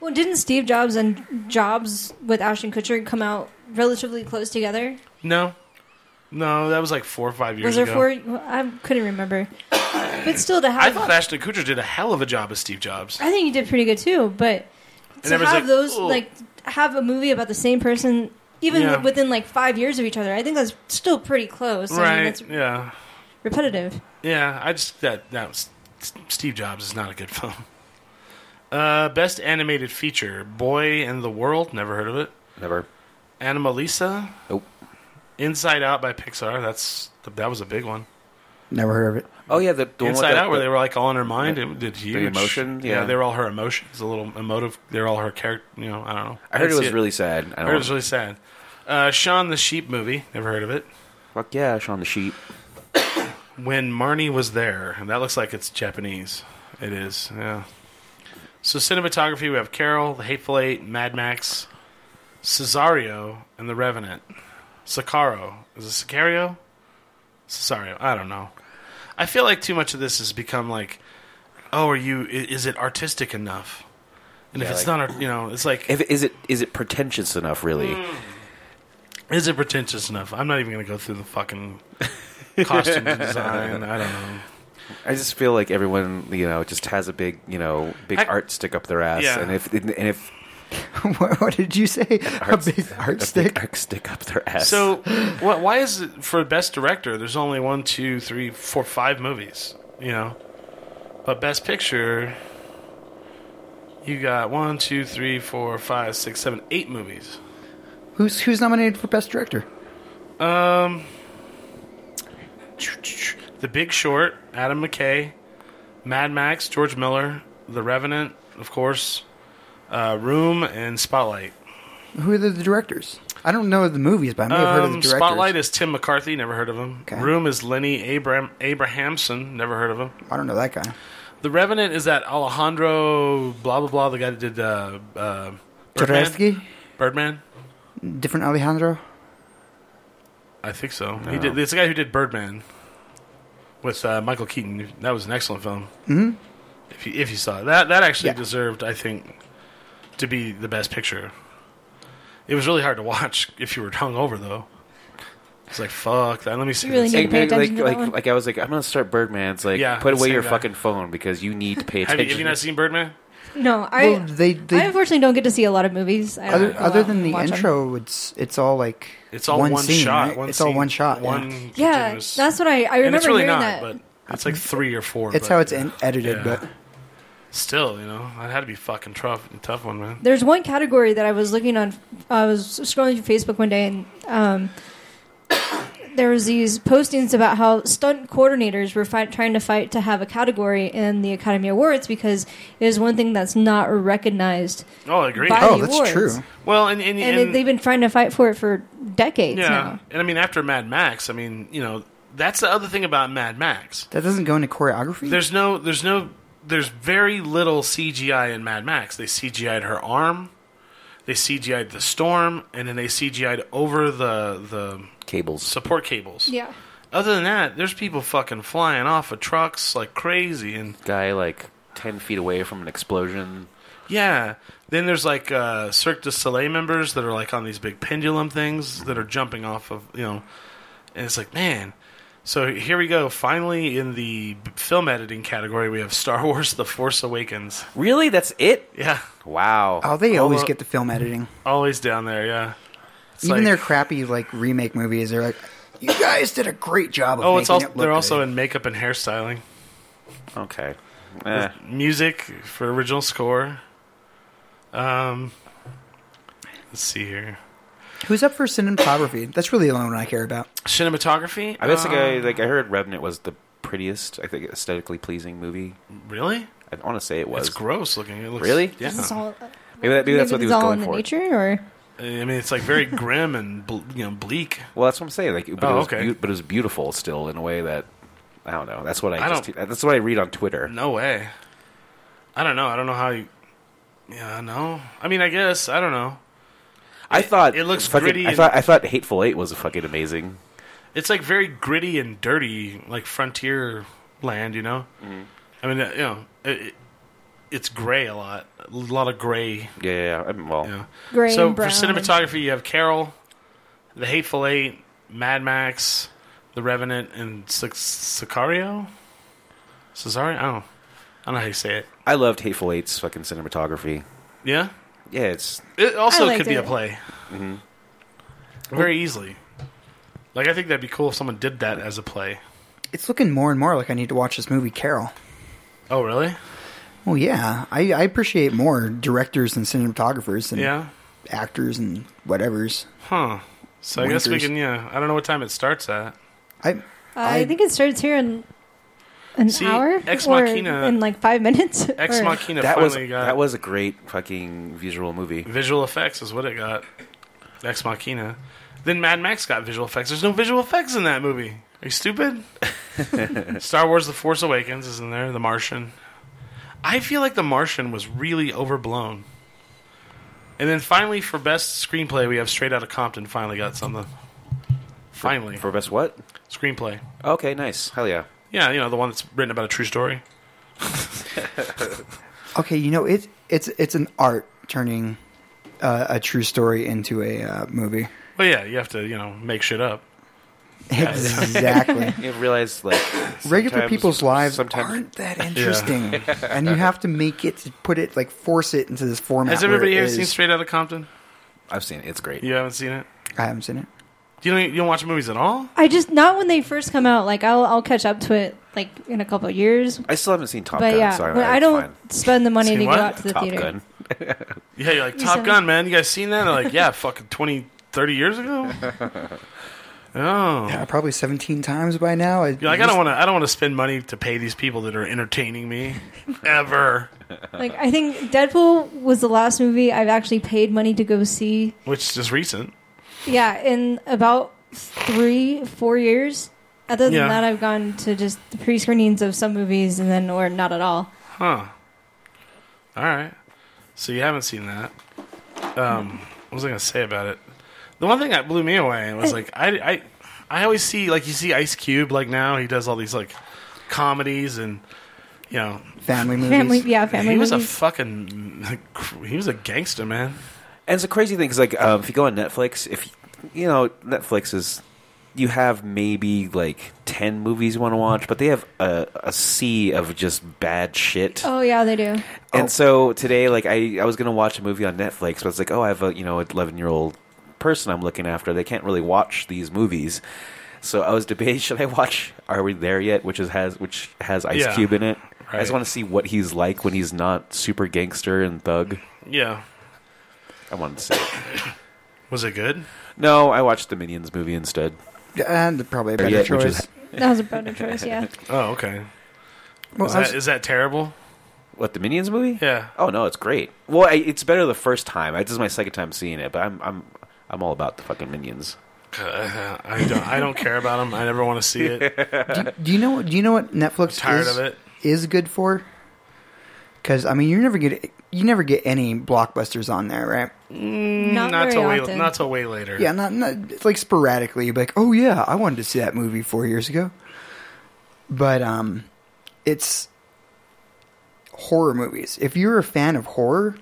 [SPEAKER 5] Well, didn't Steve Jobs and Jobs with Ashton Kutcher come out relatively close together?
[SPEAKER 2] No, no, that was like four or five years
[SPEAKER 5] Was there
[SPEAKER 2] ago.
[SPEAKER 5] four? well, I couldn't remember. But still, to
[SPEAKER 2] I
[SPEAKER 5] have,
[SPEAKER 2] thought Ashton Kutcher did a hell of a job as Steve Jobs.
[SPEAKER 5] I think he did pretty good too. But to have
[SPEAKER 2] everyone's like,
[SPEAKER 5] those
[SPEAKER 2] "Ooh."
[SPEAKER 5] like have a movie about the same person, even
[SPEAKER 2] Yeah.
[SPEAKER 5] within like five years of each other, I think that's still pretty close. I mean,
[SPEAKER 2] right?
[SPEAKER 5] that's
[SPEAKER 2] Yeah,
[SPEAKER 5] repetitive.
[SPEAKER 2] yeah. I just that that was Steve Jobs is not a good film. Uh, best animated feature: Boy and the World. Never heard of it.
[SPEAKER 4] Never.
[SPEAKER 2] Animalisa.
[SPEAKER 4] Nope.
[SPEAKER 2] Inside Out by Pixar. That's that was a big one.
[SPEAKER 3] Never heard of it.
[SPEAKER 4] Oh yeah, the, the one with
[SPEAKER 2] Inside
[SPEAKER 4] the-
[SPEAKER 2] Out, where
[SPEAKER 4] the-
[SPEAKER 2] they were like all in her mind, it did huge.
[SPEAKER 4] emotion,
[SPEAKER 2] yeah,
[SPEAKER 4] yeah.
[SPEAKER 2] they were all her emotions, a little emotive. They're all her character. You know, I don't know.
[SPEAKER 4] I heard it
[SPEAKER 2] didn't
[SPEAKER 4] was
[SPEAKER 2] see
[SPEAKER 4] really sad. I
[SPEAKER 2] I
[SPEAKER 4] don't
[SPEAKER 2] heard it was really sad. Uh, Shaun the Sheep movie. Never heard of it.
[SPEAKER 4] fuck yeah, Shaun the Sheep.
[SPEAKER 2] When Marnie was there, and that looks like it's Japanese. It is. Yeah. So cinematography, we have Carol, The Hateful Eight, Mad Max, Cesario, and The Revenant. Sicaro. Is it Sicario? Cesario. I don't know. I feel like too much of this has become like, oh, are you? i- Is it artistic enough? And if
[SPEAKER 4] Yeah,
[SPEAKER 2] it's
[SPEAKER 4] like-
[SPEAKER 2] not, art- you know, it's like,
[SPEAKER 4] If, is it is it pretentious enough? Really?
[SPEAKER 2] Mm. is it pretentious enough? I'm not even going to go through the fucking costume design. I don't know.
[SPEAKER 4] I just feel like everyone you know just has a big you know big
[SPEAKER 2] I-
[SPEAKER 4] art stick up their ass,
[SPEAKER 2] Yeah.
[SPEAKER 4] and if and if
[SPEAKER 3] what, what did you say?
[SPEAKER 4] Art-
[SPEAKER 3] a big art
[SPEAKER 4] a
[SPEAKER 3] stick.
[SPEAKER 4] big art stick up their ass.
[SPEAKER 2] So, wh- why is it for best director? There's only one, two, three, four, five movies. You know, but best picture, you got one, two, three, four, five, six, seven, eight movies.
[SPEAKER 3] Who's who's nominated for best director?
[SPEAKER 2] The Big Short, Adam McKay, Mad Max, George Miller, The Revenant, of course, uh, Room, and Spotlight.
[SPEAKER 3] Who are the, the directors? I don't know the movies, but I may have heard of the
[SPEAKER 2] Um,
[SPEAKER 3] directors.
[SPEAKER 2] Spotlight is Tim McCarthy. Never heard of him.
[SPEAKER 3] Okay.
[SPEAKER 2] Room is Lenny Abram- Abrahamson. Never heard of him.
[SPEAKER 3] I don't know that guy.
[SPEAKER 2] The Revenant is that Alejandro blah blah blah, the guy that did uh, uh, Birdman.
[SPEAKER 3] Tedeschi,
[SPEAKER 2] Birdman,
[SPEAKER 3] different Alejandro.
[SPEAKER 2] I think so. He did. It's the guy who did Birdman with uh, Michael Keaton. That was an excellent film. Mm-hmm. If you if you saw it. that, that actually
[SPEAKER 3] Yeah.
[SPEAKER 2] deserved, I think, to be the best picture. It was really hard to watch if you were hungover, though. It's like fuck that. Let me see.
[SPEAKER 5] You really
[SPEAKER 2] this.
[SPEAKER 5] need-
[SPEAKER 4] Like,
[SPEAKER 5] pay
[SPEAKER 4] like, like,
[SPEAKER 5] attention to that
[SPEAKER 4] like,
[SPEAKER 5] one.
[SPEAKER 4] I was like, I'm gonna start Birdman. It's like,
[SPEAKER 2] Yeah,
[SPEAKER 4] put
[SPEAKER 2] the
[SPEAKER 4] away
[SPEAKER 2] same
[SPEAKER 4] your
[SPEAKER 2] guy.
[SPEAKER 4] fucking phone because you need to pay
[SPEAKER 2] have, you,
[SPEAKER 4] attention.
[SPEAKER 2] have you not seen Birdman?
[SPEAKER 5] No, I
[SPEAKER 3] Well, they, they
[SPEAKER 5] I unfortunately don't get to see a lot of movies. I don't
[SPEAKER 3] other
[SPEAKER 5] go
[SPEAKER 3] other
[SPEAKER 5] out
[SPEAKER 3] than
[SPEAKER 5] and
[SPEAKER 3] the
[SPEAKER 5] watch 'em.
[SPEAKER 3] intro, it's it's all like
[SPEAKER 2] It's all
[SPEAKER 3] one,
[SPEAKER 2] one,
[SPEAKER 3] scene,
[SPEAKER 2] shot.
[SPEAKER 3] right?
[SPEAKER 2] One
[SPEAKER 3] it's
[SPEAKER 2] scene,
[SPEAKER 3] all one shot. yeah.
[SPEAKER 2] One.
[SPEAKER 5] Yeah,
[SPEAKER 2] continuous-
[SPEAKER 5] that's what I I
[SPEAKER 2] and
[SPEAKER 5] remember
[SPEAKER 2] it's really
[SPEAKER 5] hearing
[SPEAKER 2] not,
[SPEAKER 5] that.
[SPEAKER 2] but it's like three or four.
[SPEAKER 3] It's
[SPEAKER 2] but-
[SPEAKER 3] how it's in, edited,
[SPEAKER 2] Yeah.
[SPEAKER 3] but
[SPEAKER 2] Still, you know, that had to be fucking tough, tough one, man.
[SPEAKER 5] There's one category that I was looking on. I was scrolling through Facebook one day, and um, there was these postings about how stunt coordinators were fight, trying to fight to have a category in the Academy Awards because it is one thing that's not recognized.
[SPEAKER 2] Oh, I agree.
[SPEAKER 5] By-
[SPEAKER 3] oh,
[SPEAKER 5] the
[SPEAKER 3] that's
[SPEAKER 5] awards.
[SPEAKER 3] true.
[SPEAKER 2] well, and and, and,
[SPEAKER 5] And, they- they've been trying to fight for it for decades
[SPEAKER 2] yeah,
[SPEAKER 5] now.
[SPEAKER 2] and I mean after Mad Max, I mean, you know, that's the other thing about Mad Max.
[SPEAKER 3] That doesn't go into choreography.
[SPEAKER 2] There's no, there's no, there's very little CGI in Mad Max. They CGI'd her arm, they CGI'd the storm, and then they CGI'd over the the
[SPEAKER 4] cables?
[SPEAKER 2] support cables.
[SPEAKER 5] Yeah.
[SPEAKER 2] Other than that, there's people fucking flying off of trucks like crazy, and
[SPEAKER 4] Guy like ten feet away from an explosion.
[SPEAKER 2] Yeah. Then there's like uh, Cirque du Soleil members that are like on these big pendulum things that are jumping off of, you know. And it's like, man. So here we go. Finally, in the b- film editing category, we have Star Wars The Force Awakens.
[SPEAKER 4] Really? That's it?
[SPEAKER 2] Yeah.
[SPEAKER 4] Wow.
[SPEAKER 3] oh, they always
[SPEAKER 2] Although-
[SPEAKER 3] get the film editing.
[SPEAKER 2] Always down there, yeah. It's
[SPEAKER 3] Even
[SPEAKER 2] like-
[SPEAKER 3] their crappy like remake movies, they're like, you guys did a great job of
[SPEAKER 2] Oh,
[SPEAKER 3] making
[SPEAKER 2] it's also
[SPEAKER 3] it look
[SPEAKER 2] they're also
[SPEAKER 3] good.
[SPEAKER 2] in makeup and hairstyling,
[SPEAKER 4] Okay. Eh,
[SPEAKER 2] music for original score. Um, let's see here.
[SPEAKER 3] Who's up for cinematography? That's really the only one I care about.
[SPEAKER 2] Cinematography.
[SPEAKER 4] I guess like I
[SPEAKER 2] uh,
[SPEAKER 4] like I heard Revenant was the prettiest, I think aesthetically pleasing movie.
[SPEAKER 2] really.
[SPEAKER 4] I want to say it was.
[SPEAKER 2] It's gross looking. It looks,
[SPEAKER 4] Really?
[SPEAKER 2] Yeah.
[SPEAKER 5] Is this all,
[SPEAKER 4] maybe that, maybe that's what he
[SPEAKER 5] it's
[SPEAKER 4] was
[SPEAKER 5] all
[SPEAKER 4] going
[SPEAKER 5] in the
[SPEAKER 4] for.
[SPEAKER 5] nature, or
[SPEAKER 2] I mean, it's like very grim and bl- you know bleak.
[SPEAKER 4] Well, that's what I'm saying. Like, but,
[SPEAKER 2] Oh,
[SPEAKER 4] it was
[SPEAKER 2] okay.
[SPEAKER 4] beau- but it was beautiful still in a way that I don't know. That's what I,
[SPEAKER 2] I
[SPEAKER 4] just, that's what I read on Twitter.
[SPEAKER 2] No way. I don't know. I don't know how you. Yeah, no. I mean, I guess I don't know.
[SPEAKER 4] I thought
[SPEAKER 2] it looks
[SPEAKER 4] fucking,
[SPEAKER 2] gritty
[SPEAKER 4] I
[SPEAKER 2] and-
[SPEAKER 4] thought I thought Hateful Eight was fucking amazing.
[SPEAKER 2] It's like very gritty and dirty, like frontier land. You know. I mean, uh, you know, it, it, it's gray a lot. A lot of gray.
[SPEAKER 4] Yeah, yeah, yeah. I'm- well,
[SPEAKER 2] You know.
[SPEAKER 5] gray
[SPEAKER 2] so
[SPEAKER 5] and brown?
[SPEAKER 2] for cinematography, you have Carol, The Hateful Eight, Mad Max, The Revenant, and Sic- Sicario. Cesario. I don't. know. I don't know how you say it.
[SPEAKER 4] I loved Hateful Eight's fucking cinematography.
[SPEAKER 2] Yeah.
[SPEAKER 4] Yeah, it's
[SPEAKER 2] It also
[SPEAKER 5] I liked
[SPEAKER 2] could be a
[SPEAKER 5] it.
[SPEAKER 2] play.
[SPEAKER 4] Mm-hmm.
[SPEAKER 2] Very easily. Like I think that'd be cool if someone did that as a play.
[SPEAKER 3] It's looking more and more like I need to watch this movie, Carol.
[SPEAKER 2] Oh really?
[SPEAKER 3] Well, yeah, I, I appreciate more directors and cinematographers and
[SPEAKER 2] Yeah.
[SPEAKER 3] actors and whatever's.
[SPEAKER 4] Hmm.
[SPEAKER 2] Huh. So I guess we
[SPEAKER 3] Winters.
[SPEAKER 2] can yeah. I don't know what time it starts at.
[SPEAKER 3] I
[SPEAKER 5] I, think it starts here in an
[SPEAKER 2] See,
[SPEAKER 5] hour
[SPEAKER 2] Ex
[SPEAKER 5] or
[SPEAKER 2] Machina-
[SPEAKER 5] in like five minutes.
[SPEAKER 2] Ex
[SPEAKER 5] or-
[SPEAKER 2] Machina
[SPEAKER 4] that was
[SPEAKER 2] finally got
[SPEAKER 4] that was a great fucking visual movie.
[SPEAKER 2] visual effects is what it got. Ex Machina. Then Mad Max got visual effects. There's no visual effects in that movie. Are you stupid? Star Wars The Force Awakens is in there, The Martian. I feel like The Martian was really overblown. And then finally for best screenplay we have Straight Outta Compton finally got something. Finally.
[SPEAKER 4] For best what?
[SPEAKER 2] screenplay.
[SPEAKER 4] Okay, nice. Hell yeah.
[SPEAKER 2] Yeah, you know, the one that's written about a true story.
[SPEAKER 3] okay, you know it it's it's an art turning uh, a true story into a uh, movie.
[SPEAKER 2] But yeah, you have to, you know, make shit up.
[SPEAKER 3] Exactly.
[SPEAKER 4] You realize like
[SPEAKER 3] Regular
[SPEAKER 4] sometimes-
[SPEAKER 3] people's lives
[SPEAKER 4] sometimes
[SPEAKER 3] aren't that interesting, and you have to make it to put it like force it into this format.
[SPEAKER 2] Has
[SPEAKER 3] where
[SPEAKER 2] everybody
[SPEAKER 3] it
[SPEAKER 2] here
[SPEAKER 3] is-
[SPEAKER 2] seen Straight Outta Compton?
[SPEAKER 4] I've seen it. It's great.
[SPEAKER 2] You haven't seen it?
[SPEAKER 3] I haven't seen it.
[SPEAKER 2] You don't you don't watch movies at all?
[SPEAKER 5] I just not when they first come out. Like I'll I'll catch up to it like in a couple of years.
[SPEAKER 4] I still haven't seen Top
[SPEAKER 5] but
[SPEAKER 4] Gun,
[SPEAKER 5] yeah,
[SPEAKER 4] so
[SPEAKER 5] when I
[SPEAKER 4] it's
[SPEAKER 5] don't
[SPEAKER 4] fine.
[SPEAKER 5] spend the money
[SPEAKER 2] See
[SPEAKER 5] to
[SPEAKER 2] what?
[SPEAKER 5] go out to the
[SPEAKER 4] Top
[SPEAKER 5] theater.
[SPEAKER 4] Gun.
[SPEAKER 2] Yeah, you're like, Top
[SPEAKER 5] said-
[SPEAKER 2] Gun, man. You guys seen that? And they're like, yeah, fucking 20, 30 years ago. Oh.
[SPEAKER 3] Yeah, probably seventeen times by now. I,
[SPEAKER 2] You're like, I don't want to. I don't want to spend money to pay these people that are entertaining me, ever.
[SPEAKER 5] Like I think Deadpool was the last movie I've actually paid money to go see.
[SPEAKER 2] Which is recent.
[SPEAKER 5] Yeah, in about three four years. Other than
[SPEAKER 2] Yeah.
[SPEAKER 5] that, I've gone to just the pre screenings of some movies and then or not at all.
[SPEAKER 2] Huh. All right. So you haven't seen that. Um, what was I going to say about it? The one thing that blew me away was like I, I I always see like you see Ice Cube like now he does all these like comedies and you know
[SPEAKER 3] family movies.
[SPEAKER 5] Family, yeah, family
[SPEAKER 2] he was a
[SPEAKER 5] movies.
[SPEAKER 2] fucking like, he was a gangster man.
[SPEAKER 4] And it's a crazy thing because, like, um, if you go on Netflix, if you know Netflix is, you have maybe like ten movies you want to watch, but they have a, a sea of just bad shit.
[SPEAKER 5] oh yeah, they do.
[SPEAKER 4] And so today, like, I I was gonna watch a movie on Netflix, but it's like, oh, I have a you know eleven year old person I'm looking after. They can't really watch these movies. So I was debating, should I watch Are We There Yet, which is has which has Ice
[SPEAKER 2] Yeah.
[SPEAKER 4] Cube in it. I
[SPEAKER 2] Right.
[SPEAKER 4] just want to see what he's like when he's not super gangster and thug.
[SPEAKER 2] Yeah.
[SPEAKER 4] I wanted to see. It.
[SPEAKER 2] Was it good?
[SPEAKER 4] No, I watched the Minions movie instead.
[SPEAKER 3] and Uh, probably a better
[SPEAKER 4] Yeah, which
[SPEAKER 3] choice.
[SPEAKER 4] is-
[SPEAKER 5] That was a better choice. Yeah.
[SPEAKER 2] Oh, okay.
[SPEAKER 3] Well,
[SPEAKER 2] Is
[SPEAKER 3] I was-
[SPEAKER 2] that, is that terrible?
[SPEAKER 4] What the Minions movie?
[SPEAKER 2] Yeah.
[SPEAKER 4] Oh no, it's great. Well, I, it's better the first time. I, this is my second time seeing it, but I'm I'm I'm all about the fucking Minions.
[SPEAKER 2] Uh, I don't. I don't care about them. I never want to see it.
[SPEAKER 3] do you know? Do you know what Netflix
[SPEAKER 2] tired
[SPEAKER 3] is,
[SPEAKER 2] of it.
[SPEAKER 3] is good for? Because I mean, you never get you never get any blockbusters on there, right?
[SPEAKER 5] not
[SPEAKER 2] Not
[SPEAKER 5] very
[SPEAKER 2] till way.
[SPEAKER 5] often.
[SPEAKER 2] Not till way later.
[SPEAKER 3] Yeah, not, not it's like sporadically. You'd be like, oh yeah, I wanted to see that movie four years ago, but um, it's horror movies. If you're a fan of horror,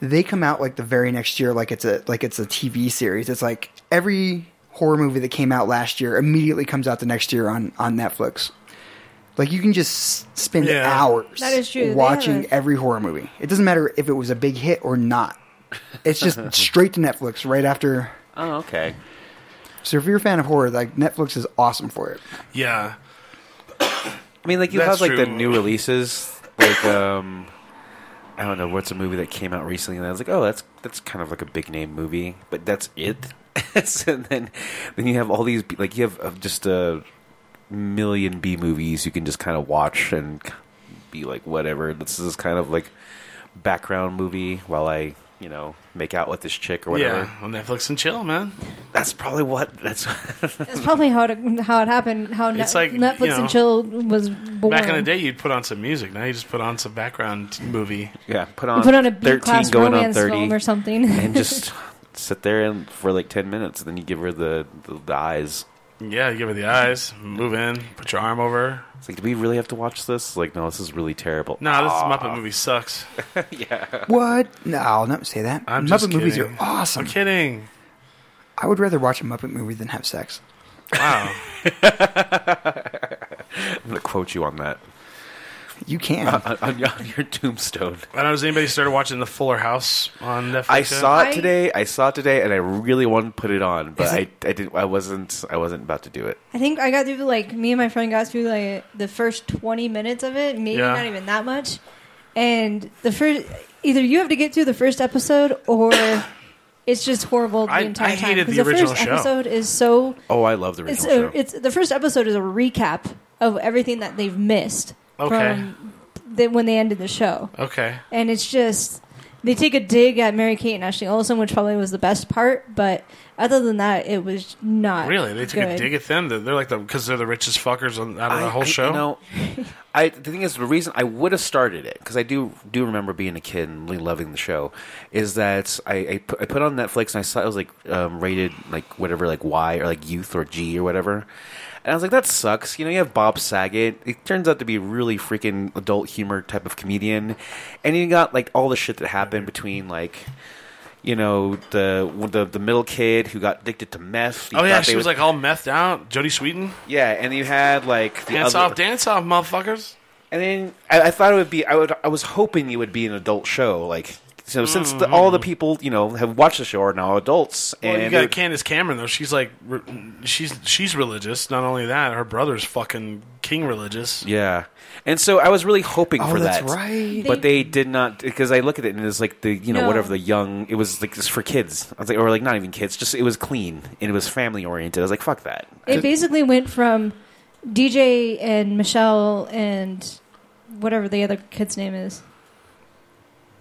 [SPEAKER 3] they come out like the very next year, like it's a like it's a TV series. It's like every horror movie that came out last year immediately comes out the next year on on Netflix. Like you can just s- spend
[SPEAKER 2] Yeah.
[SPEAKER 3] hours
[SPEAKER 5] That is true. They
[SPEAKER 3] watching
[SPEAKER 5] haven't-
[SPEAKER 3] every horror movie. It doesn't matter if it was a big hit or not. It's just straight to Netflix right after
[SPEAKER 4] Oh okay.
[SPEAKER 3] So if you're a fan of horror, like Netflix is awesome for it.
[SPEAKER 2] Yeah.
[SPEAKER 4] I mean, like you
[SPEAKER 2] That's
[SPEAKER 4] have like the
[SPEAKER 2] true.
[SPEAKER 4] new releases, like um, I don't know what's a movie that came out recently, and I was like, oh, that's that's kind of like a big name movie, but that's it. So then, then you have all these B- like you have uh, just a million B movies you can just kind of watch and k- be like, whatever. This is kind of like background movie while I you know make out with this chick or whatever.
[SPEAKER 2] Yeah. On Netflix and chill, man.
[SPEAKER 4] That's probably what that's.
[SPEAKER 5] That's probably how it how it happened. How
[SPEAKER 2] It's
[SPEAKER 5] Net-
[SPEAKER 2] like, you
[SPEAKER 5] Netflix
[SPEAKER 2] know,
[SPEAKER 5] and chill was born.
[SPEAKER 2] Back in the day, you'd put on some music. Now you just put on some background movie.
[SPEAKER 4] yeah, put
[SPEAKER 5] You
[SPEAKER 4] on
[SPEAKER 5] put on a B
[SPEAKER 4] 13
[SPEAKER 5] class
[SPEAKER 4] going on
[SPEAKER 5] romance
[SPEAKER 4] 30.
[SPEAKER 5] film or something.
[SPEAKER 4] and just sit there and for like 10 minutes and then you give her the, the, the eyes
[SPEAKER 2] Yeah, you give her the eyes, move in, put your arm over. her.
[SPEAKER 4] it's like do we really have to watch this like no this is really terrible
[SPEAKER 2] No, this Muppet movie sucks.
[SPEAKER 3] What? No, I'll not say that.
[SPEAKER 2] I'm
[SPEAKER 3] Muppet
[SPEAKER 2] just
[SPEAKER 3] movies are
[SPEAKER 2] kidding. I'm
[SPEAKER 3] awesome.
[SPEAKER 2] kidding.
[SPEAKER 3] I would rather watch a Muppet movie than have sex.
[SPEAKER 2] Wow.
[SPEAKER 4] i'm gonna quote you on that
[SPEAKER 3] You can.
[SPEAKER 2] Uh-huh.
[SPEAKER 4] on, on your- on your tombstone
[SPEAKER 2] I don't know. Has anybody started watching The Fuller House on Netflix?
[SPEAKER 4] I
[SPEAKER 2] yet?
[SPEAKER 4] saw
[SPEAKER 5] I-
[SPEAKER 4] it today. I saw it today, and I really wanted to put it on, but I, I didn't. I wasn't. I wasn't about to do it.
[SPEAKER 5] I think I got through like me and my friend got through like the first twenty minutes of it, maybe
[SPEAKER 2] Yeah.
[SPEAKER 5] not even that much. And the first, either you have to get through the first episode or it's just horrible the
[SPEAKER 2] I-
[SPEAKER 5] entire
[SPEAKER 2] I
[SPEAKER 5] time.
[SPEAKER 2] hated
[SPEAKER 5] 'Cause
[SPEAKER 2] the original
[SPEAKER 5] first
[SPEAKER 2] show.
[SPEAKER 5] episode is so
[SPEAKER 4] Oh, I love the
[SPEAKER 5] it's
[SPEAKER 4] original
[SPEAKER 5] a,
[SPEAKER 4] show.
[SPEAKER 5] it's the first episode is a recap of everything that they've missed
[SPEAKER 2] Okay.
[SPEAKER 5] from the, when they ended the show,
[SPEAKER 2] Okay.
[SPEAKER 5] and it's just they take a dig at Mary Kate and Ashley Olsen, which probably was the best part, but other than that, it was not
[SPEAKER 2] Really? They took a
[SPEAKER 5] good.
[SPEAKER 2] dig at them? They're they're like the, because they're the richest fuckers on, out of the whole show?
[SPEAKER 4] You know, I the thing is the reason I would have started it because I do do remember being a kid and really loving the show is that I I put, I put on Netflix and I saw it was like um, rated like whatever like Y or like youth or G or whatever. And I was like, that sucks. You know, you have Bob Saget. It turns out to be a really freaking adult humor type of comedian, and you got like all the shit that happened between like, you know, the the the middle kid who got addicted to meth. You
[SPEAKER 2] oh, yeah.
[SPEAKER 4] thought
[SPEAKER 2] She
[SPEAKER 4] they
[SPEAKER 2] was
[SPEAKER 4] would-
[SPEAKER 2] like all methed out. Jodie Sweetin.
[SPEAKER 4] yeah, and you had like the
[SPEAKER 2] Dance
[SPEAKER 4] other-
[SPEAKER 2] off, dance off, motherfuckers.
[SPEAKER 4] and then I, I thought it would be. I would. I was hoping it would be an adult show. Like, so since the, all the people you know have watched the show are now adults,
[SPEAKER 2] Mm. Well,
[SPEAKER 4] and
[SPEAKER 2] you got
[SPEAKER 4] it-
[SPEAKER 2] Candace Cameron though. She's like, re- she's she's religious. Not only that, her brother's fucking king religious.
[SPEAKER 4] yeah, and so I was really hoping
[SPEAKER 3] oh,
[SPEAKER 4] for
[SPEAKER 3] that's
[SPEAKER 4] that.
[SPEAKER 3] right.
[SPEAKER 4] But they did not because I look at it and it's like the you know
[SPEAKER 5] No.
[SPEAKER 4] whatever the young it was like just for kids I was like or like not even kids just it was clean and it was family oriented I was like fuck that
[SPEAKER 5] It basically went from DJ and Michelle and whatever the other kid's name is.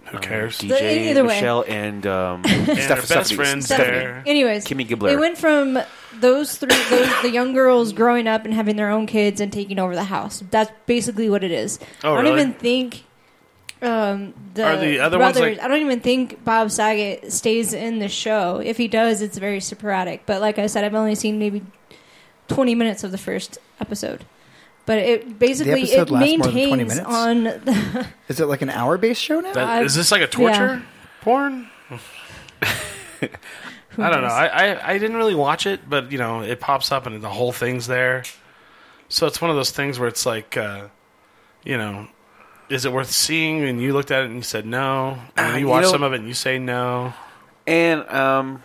[SPEAKER 2] Who cares?
[SPEAKER 4] DJ
[SPEAKER 5] But either way.
[SPEAKER 4] Um, Michelle and um
[SPEAKER 2] and her
[SPEAKER 4] Steph-
[SPEAKER 2] best
[SPEAKER 4] Stephanie-
[SPEAKER 2] friends
[SPEAKER 4] Stephanie.
[SPEAKER 2] there.
[SPEAKER 5] Anyways,
[SPEAKER 4] Kimmy Gibbler.
[SPEAKER 5] It went from those three, those, the young girls growing up and having their own kids and taking over the house. That's basically what it is.
[SPEAKER 2] Oh,
[SPEAKER 5] I don't
[SPEAKER 2] really?
[SPEAKER 5] even think. Um, the,
[SPEAKER 2] Are the other ones
[SPEAKER 5] brothers,
[SPEAKER 2] like-
[SPEAKER 5] I don't even think Bob Saget stays in the show. If he does, it's very sporadic. But like I said, I've only seen maybe twenty minutes of the first episode. But it basically
[SPEAKER 3] episode
[SPEAKER 5] it
[SPEAKER 3] lasts more than 20
[SPEAKER 5] maintains
[SPEAKER 3] minutes?
[SPEAKER 5] on the,
[SPEAKER 3] Is it like an hour based show now?
[SPEAKER 2] That-
[SPEAKER 5] I've-
[SPEAKER 2] is this like a torture porn? I don't know. I, I I didn't really watch it, but you know, it pops up and the whole thing's there. So it's one of those things where it's like, uh, you know, is it worth seeing? And you looked at it and you said no. And
[SPEAKER 4] Ah,
[SPEAKER 5] Uh,
[SPEAKER 2] then you
[SPEAKER 4] you
[SPEAKER 2] watch
[SPEAKER 4] know-
[SPEAKER 2] some of it and you say no.
[SPEAKER 4] and um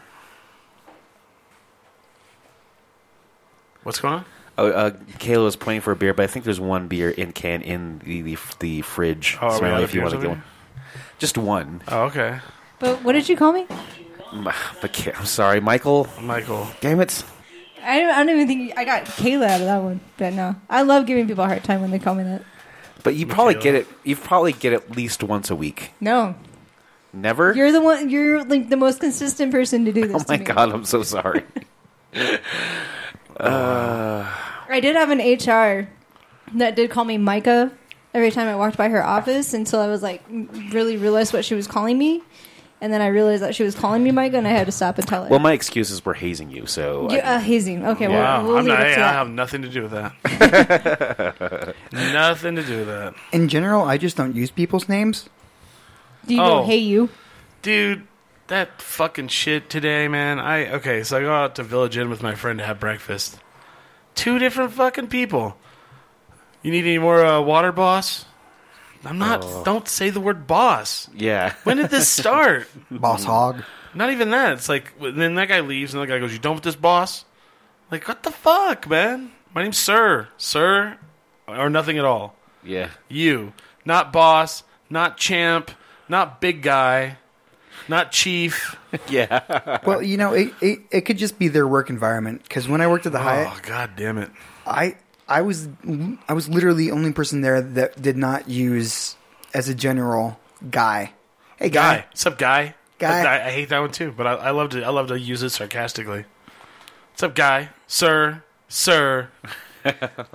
[SPEAKER 2] What's going on?
[SPEAKER 4] Oh, uh, Kayla was playing for a beer, but I think there's one beer in can in the the, the fridge.
[SPEAKER 2] Oh, are we
[SPEAKER 4] Smiley,
[SPEAKER 2] out of
[SPEAKER 4] if you
[SPEAKER 2] beers
[SPEAKER 4] want to get
[SPEAKER 2] over
[SPEAKER 4] one, just one.
[SPEAKER 2] Oh, okay,
[SPEAKER 5] But what did you call me?
[SPEAKER 4] M- But Kay- I'm sorry, Michael.
[SPEAKER 2] Michael.
[SPEAKER 4] Damn it!
[SPEAKER 5] I don't, I don't even think I got Kayla out of that one. But no, I love giving people a hard time when they call me that.
[SPEAKER 4] But you probably
[SPEAKER 2] Michaela.
[SPEAKER 4] get it. You probably get at least once a week.
[SPEAKER 5] No,
[SPEAKER 4] Never.
[SPEAKER 5] you're the one. You're like the most consistent person to do this.
[SPEAKER 4] oh my
[SPEAKER 5] to me.
[SPEAKER 4] god! I'm so sorry.
[SPEAKER 5] I did have an HR that did call me Micah every time I walked by her office until I was like m- really realized what she was calling me, and then I realized that she was calling me Micah, and I had to stop and tell her.
[SPEAKER 4] well, my excuses were hazing you. So
[SPEAKER 5] You-
[SPEAKER 4] I-
[SPEAKER 5] uh, hazing. Okay, we'll-
[SPEAKER 2] Wow,
[SPEAKER 5] we'll,
[SPEAKER 2] I'm
[SPEAKER 5] leave
[SPEAKER 2] not,
[SPEAKER 5] it
[SPEAKER 2] hey,
[SPEAKER 5] to
[SPEAKER 2] I
[SPEAKER 5] that.
[SPEAKER 2] have nothing to do with that. nothing to do with that,
[SPEAKER 3] In general, I just don't use people's names.
[SPEAKER 5] Do you
[SPEAKER 2] Oh.
[SPEAKER 5] go, hey you?
[SPEAKER 2] dude. That fucking shit today, man. I okay, so I go out to Village Inn with my friend to have breakfast. Two different fucking people. You need any more uh, water, boss? I'm not. Don't say the word boss.
[SPEAKER 4] yeah.
[SPEAKER 2] When did this start?
[SPEAKER 3] Boss Hog.
[SPEAKER 2] Not even that. It's like and then that guy leaves, and the guy goes, "You done with this, boss?" Like, what the fuck, man? My name's Sir. Sir, or nothing at all.
[SPEAKER 4] Yeah.
[SPEAKER 2] You. Not boss, not champ, not big guy, not chief.
[SPEAKER 4] Yeah.
[SPEAKER 3] Well, you know, it, it, it could just be their work environment. Because when I worked at the Hyatt,
[SPEAKER 2] Oh, god damn it.
[SPEAKER 3] I I was I was literally the only person there that did not use as a general guy. Hey guy.
[SPEAKER 2] Guy. What's up, guy?
[SPEAKER 3] Guy.
[SPEAKER 2] I, I hate that one too, but I, I love to I love to use it sarcastically. What's up, guy? Sir. Sir.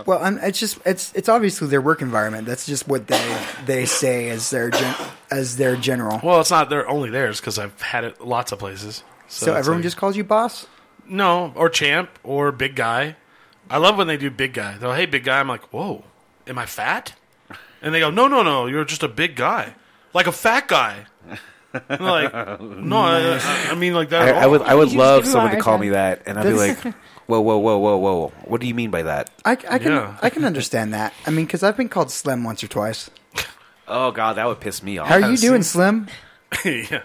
[SPEAKER 3] Well, I'm, it's just it's it's obviously their work environment. That's just what they they say as their gen, as their general.
[SPEAKER 2] Well, it's not they're only theirs because I've had it lots of places.
[SPEAKER 3] so
[SPEAKER 2] it's
[SPEAKER 3] everyone
[SPEAKER 2] like-
[SPEAKER 3] just calls you boss.
[SPEAKER 2] No, or champ, or big guy. I love when they do big guy. They're like, hey, big guy. I'm like, whoa, am I fat? And they go, no, no, no, you're just a big guy. Like a fat guy. And they're like, no, I, I- I mean, like that.
[SPEAKER 4] I, I would I would
[SPEAKER 5] You
[SPEAKER 4] love
[SPEAKER 5] just give him
[SPEAKER 4] someone
[SPEAKER 5] a
[SPEAKER 4] to
[SPEAKER 5] hard
[SPEAKER 4] call
[SPEAKER 5] time.
[SPEAKER 4] me that, and I'd be like, whoa, whoa, whoa, whoa, whoa. What do you mean by that?
[SPEAKER 3] I, I can
[SPEAKER 2] Yeah.
[SPEAKER 3] I can understand that. I mean, because I've been called slim once or twice.
[SPEAKER 4] Oh God, that would piss me off.
[SPEAKER 3] How are you doing, Slim?
[SPEAKER 2] yeah.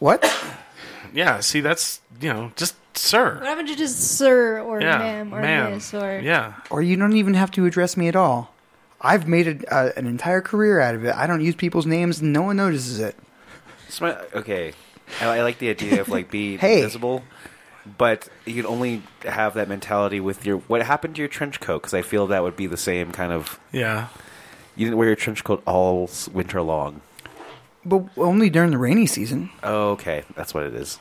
[SPEAKER 3] What?
[SPEAKER 2] yeah, see, that's, you know, just sir.
[SPEAKER 5] What happened to just sir or
[SPEAKER 2] Yeah,
[SPEAKER 5] ma'am or miss or
[SPEAKER 2] yeah.
[SPEAKER 3] Or you don't even have to address me at all. I've made a, uh, an entire career out of it. I don't use people's names, and no one notices it.
[SPEAKER 4] It's my- okay, I, I like the idea of like being
[SPEAKER 3] Hey.
[SPEAKER 4] visible, but you can only have that mentality with your what happened to your trench coat? Because I feel that would be the same kind of.
[SPEAKER 2] Yeah.
[SPEAKER 4] You didn't wear your trench coat all s- winter long.
[SPEAKER 3] But only during the rainy season.
[SPEAKER 4] Oh, okay, that's what it is.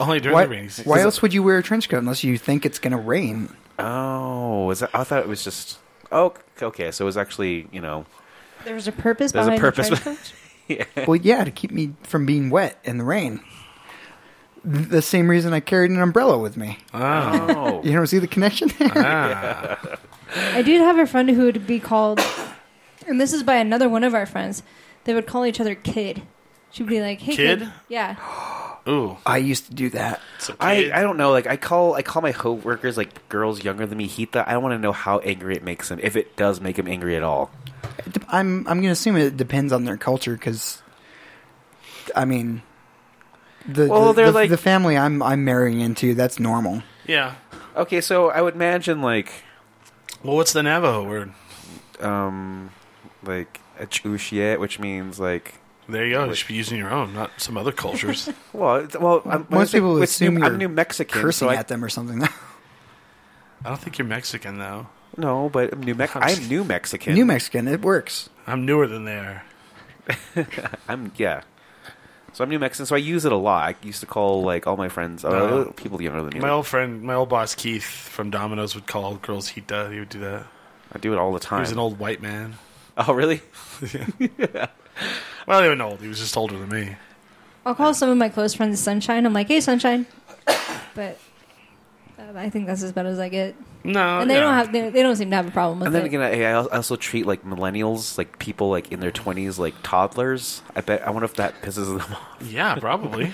[SPEAKER 2] Only during
[SPEAKER 3] Why,
[SPEAKER 2] the rainy season.
[SPEAKER 3] why else would you wear a trench coat unless you think it's going to rain?
[SPEAKER 4] Oh, is that, I thought it was just. Oh, okay. So it was actually you know.
[SPEAKER 5] there was a purpose
[SPEAKER 4] There's a
[SPEAKER 5] behind
[SPEAKER 4] purpose.
[SPEAKER 5] the trench coat?
[SPEAKER 3] well, yeah, to keep me from being wet in the rain. Th- The same reason I carried an umbrella with me.
[SPEAKER 2] Oh,
[SPEAKER 4] Oh,
[SPEAKER 3] You don't see the connection there?
[SPEAKER 4] Uh-huh.
[SPEAKER 2] ah.
[SPEAKER 5] I did have a friend who would be called, and this is by another one of our friends. They would call each other kid. She'd be like, "Hey, kid."
[SPEAKER 2] Kid?
[SPEAKER 5] Yeah.
[SPEAKER 2] Ooh.
[SPEAKER 3] I used to do that.
[SPEAKER 2] it's a
[SPEAKER 4] I,
[SPEAKER 2] kid.
[SPEAKER 4] I don't know. Like I call I call my coworkers like girls younger than me heat that. I want to know how angry it makes them if it does make them angry at all.
[SPEAKER 3] It dep- I'm I'm gonna assume it depends on their culture because, I mean, the
[SPEAKER 4] Well,
[SPEAKER 3] the,
[SPEAKER 4] they're
[SPEAKER 3] the-
[SPEAKER 4] like-
[SPEAKER 3] the family I'm I'm marrying into. That's normal.
[SPEAKER 2] yeah.
[SPEAKER 4] Okay, so I would imagine like
[SPEAKER 2] Well, what's the Navajo word?
[SPEAKER 4] um like a chushie, which means like
[SPEAKER 2] There you go. You should be using your own, not some other cultures.
[SPEAKER 4] well, it's, well, I'm, when I
[SPEAKER 3] Most
[SPEAKER 4] say-
[SPEAKER 3] people
[SPEAKER 4] it's
[SPEAKER 3] assume
[SPEAKER 4] New,
[SPEAKER 3] you're
[SPEAKER 4] I'm New Mexican,
[SPEAKER 3] Cursing
[SPEAKER 4] so I,
[SPEAKER 3] at them or something.
[SPEAKER 2] I don't think you're Mexican, though.
[SPEAKER 4] no, but I'm New Mex- I'm New Mexican.
[SPEAKER 3] New Mexican, it works.
[SPEAKER 2] I'm newer than they are.
[SPEAKER 4] I'm yeah. So I'm New Mexican, so I use it a lot. I used to call like all my friends, uh,
[SPEAKER 2] No.
[SPEAKER 4] people younger than me.
[SPEAKER 2] My old friend, my old boss Keith from Domino's would call girls Hita. He would do that.
[SPEAKER 4] I do it all the
[SPEAKER 2] He
[SPEAKER 4] time.
[SPEAKER 2] was an old white man.
[SPEAKER 4] oh, really?
[SPEAKER 2] Well, not even old. He was just older than me.
[SPEAKER 5] I'll call some of my close friends Sunshine. I'm like, "Hey, Sunshine," but uh, I think that's as bad as I get.
[SPEAKER 2] No,
[SPEAKER 5] and they
[SPEAKER 2] yeah.
[SPEAKER 5] don't have they, they don't seem to have a problem with
[SPEAKER 4] Oh, And then
[SPEAKER 5] it.
[SPEAKER 4] again, I, I al- I also treat like millennials, like people like in their twenties, like toddlers. I bet I wonder if that pisses them off.
[SPEAKER 2] Yeah, probably.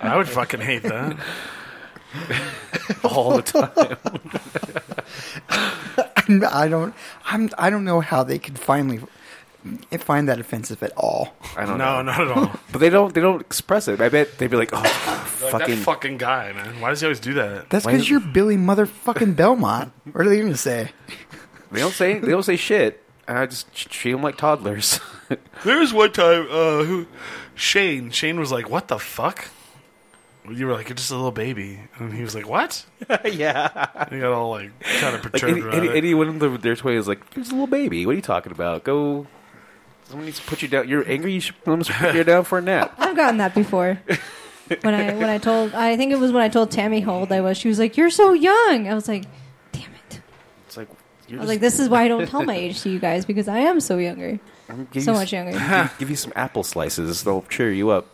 [SPEAKER 2] I would fucking hate that.
[SPEAKER 4] All the time.
[SPEAKER 3] I'm, I don't I'm I don't know how they could finally find that offensive at all.
[SPEAKER 4] I
[SPEAKER 2] No,
[SPEAKER 4] don't know,
[SPEAKER 2] not at all.
[SPEAKER 4] but they don't. They don't express it. I bet they'd be like, "Oh,
[SPEAKER 2] Like,
[SPEAKER 4] fucking."
[SPEAKER 2] that fucking guy, man. Why does he always do that?
[SPEAKER 3] That's
[SPEAKER 4] Why
[SPEAKER 3] because
[SPEAKER 4] is-
[SPEAKER 3] you're Billy motherfucking Belmont. what are they gonna say?
[SPEAKER 4] They don't say. They don't say shit. And I just t- treat them like toddlers.
[SPEAKER 2] There was one time, uh, who, Shane. Shane was like, "What the fuck?" You were like, "You're just a little baby," and he was like, "What?"
[SPEAKER 4] yeah.
[SPEAKER 2] And he got all like kind of
[SPEAKER 4] Like
[SPEAKER 2] perturbed.
[SPEAKER 4] any,
[SPEAKER 2] about
[SPEAKER 4] any,
[SPEAKER 2] it.
[SPEAKER 4] anyone in their, their twenties, like, "You're just a little baby. What are you talking about? Go." Someone needs to put you down. You're angry. You should someone should put you down for a nap.
[SPEAKER 5] I've gotten that before. when I when I told I think it was when I told Tammy how old I was. She was like, "You're so young." I was like, "Damn it."
[SPEAKER 4] It's like you're just
[SPEAKER 5] I was like, this is why I don't tell my age to you guys because I am so younger,
[SPEAKER 4] give
[SPEAKER 5] so
[SPEAKER 4] you s-
[SPEAKER 5] much younger.
[SPEAKER 4] give- give you some apple slices. They'll cheer you up.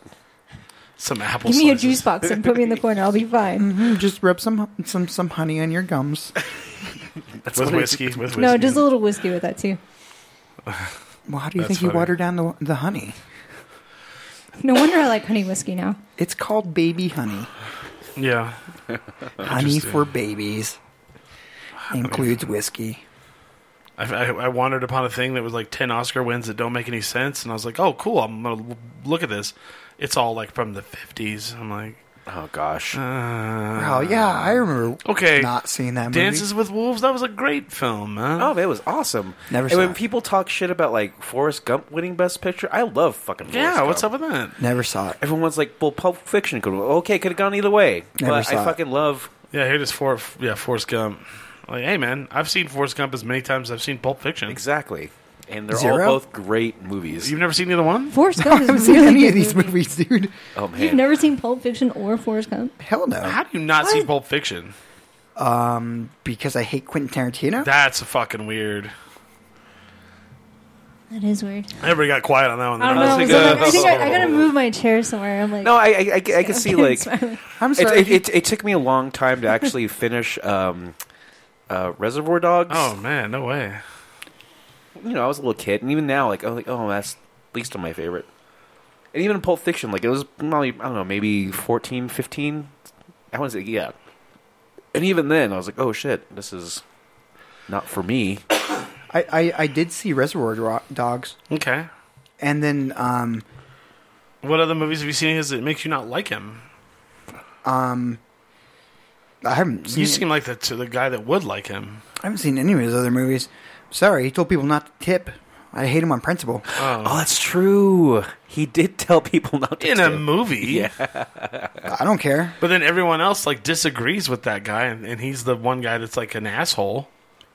[SPEAKER 2] Some apple.
[SPEAKER 5] Give me a
[SPEAKER 2] slices.
[SPEAKER 5] juice box and put me in the corner. I'll be fine.
[SPEAKER 3] Hmm, Just rub some some some honey on your gums.
[SPEAKER 4] That's
[SPEAKER 2] with
[SPEAKER 4] what I-
[SPEAKER 2] whiskey. With whiskey.
[SPEAKER 5] No, just a little whiskey with that too.
[SPEAKER 3] Well, how do you
[SPEAKER 2] That's
[SPEAKER 3] think you
[SPEAKER 2] funny.
[SPEAKER 3] water down the the honey?
[SPEAKER 5] No wonder I like honey whiskey now.
[SPEAKER 3] It's called baby honey.
[SPEAKER 2] yeah.
[SPEAKER 3] Honey
[SPEAKER 2] Interesting.
[SPEAKER 3] for babies includes whiskey.
[SPEAKER 2] I, I, I wandered upon a thing that was like 10 Oscar wins that don't make any sense. And I was like, oh, cool. I'm going to look at this. It's all like from the 50s. I'm like,
[SPEAKER 4] Oh gosh.
[SPEAKER 3] Oh yeah, I remember.
[SPEAKER 2] Ah. Okay.
[SPEAKER 3] not seeing that movie.
[SPEAKER 2] Dances with Wolves. That was a great film, man.
[SPEAKER 4] Oh, man, it was awesome.
[SPEAKER 3] Never
[SPEAKER 4] And
[SPEAKER 3] saw
[SPEAKER 4] when
[SPEAKER 3] it.
[SPEAKER 4] people talk shit about like Forrest Gump winning Best Picture, I love fucking. Forrest
[SPEAKER 2] yeah.
[SPEAKER 4] Gump.
[SPEAKER 2] What's up with that?
[SPEAKER 3] Never saw it.
[SPEAKER 4] Everyone's like, "Well, Pulp Fiction could okay could have gone either way,"
[SPEAKER 3] Never
[SPEAKER 4] but
[SPEAKER 3] saw
[SPEAKER 4] I
[SPEAKER 3] it.
[SPEAKER 4] fucking love.
[SPEAKER 2] Yeah, here it is. For yeah, Forrest Gump. Like, hey, man, I've seen Forrest Gump as many times as I've seen Pulp Fiction.
[SPEAKER 4] Exactly. And they're
[SPEAKER 3] Zero?
[SPEAKER 4] all both great movies.
[SPEAKER 2] You've never seen either one?
[SPEAKER 5] Forrest
[SPEAKER 3] I
[SPEAKER 5] Gump
[SPEAKER 3] haven't
[SPEAKER 5] is
[SPEAKER 3] seen
[SPEAKER 5] really
[SPEAKER 3] any
[SPEAKER 5] good
[SPEAKER 3] of these
[SPEAKER 5] movie.
[SPEAKER 3] movies, dude.
[SPEAKER 4] oh man.
[SPEAKER 5] You've never seen Pulp Fiction or Forrest Gump?
[SPEAKER 3] Hell no.
[SPEAKER 2] How do you not see
[SPEAKER 5] What?
[SPEAKER 2] Pulp Fiction?
[SPEAKER 3] Because I hate Quentin Tarantino.
[SPEAKER 2] That's fucking weird.
[SPEAKER 5] That is weird.
[SPEAKER 2] Everybody got quiet on that one.
[SPEAKER 5] I don't
[SPEAKER 2] They're
[SPEAKER 5] know.
[SPEAKER 2] not-
[SPEAKER 5] I,
[SPEAKER 4] Honestly,
[SPEAKER 5] was like,
[SPEAKER 4] guys.
[SPEAKER 5] I think I, I gotta move my chair somewhere. I'm like,
[SPEAKER 4] no, I I, I, I can see
[SPEAKER 5] I'm
[SPEAKER 4] like it,
[SPEAKER 5] smiling.
[SPEAKER 3] I'm sorry.
[SPEAKER 4] it, it, it took me a long time to actually finish um, uh, Reservoir Dogs.
[SPEAKER 2] Oh man, no way.
[SPEAKER 4] you know, I was a little kid, and even now, like, oh, like, oh, that's at least of my favorite. And even in Pulp Fiction, like, it was probably, I don't know, maybe 14, 15. I was like, yeah. And even then, I was like, oh, shit, this is not for me.
[SPEAKER 2] Oh.
[SPEAKER 3] I, I, I did see Reservoir Dro- Dogs,
[SPEAKER 2] Okay.
[SPEAKER 3] and then um,
[SPEAKER 2] What other movies have you seen his that makes you not like him?
[SPEAKER 3] I haven't seen
[SPEAKER 2] You seem like the to the guy that would like him.
[SPEAKER 3] I haven't seen any of his other movies. Sorry, he told people not to tip. I hate him on principle.
[SPEAKER 4] Oh, that's true. He did tell people not to.
[SPEAKER 2] In a
[SPEAKER 4] tip.
[SPEAKER 2] movie.
[SPEAKER 4] Yeah.
[SPEAKER 3] I don't care.
[SPEAKER 2] But then everyone else like disagrees with that guy and, and he's the one guy that's like an asshole.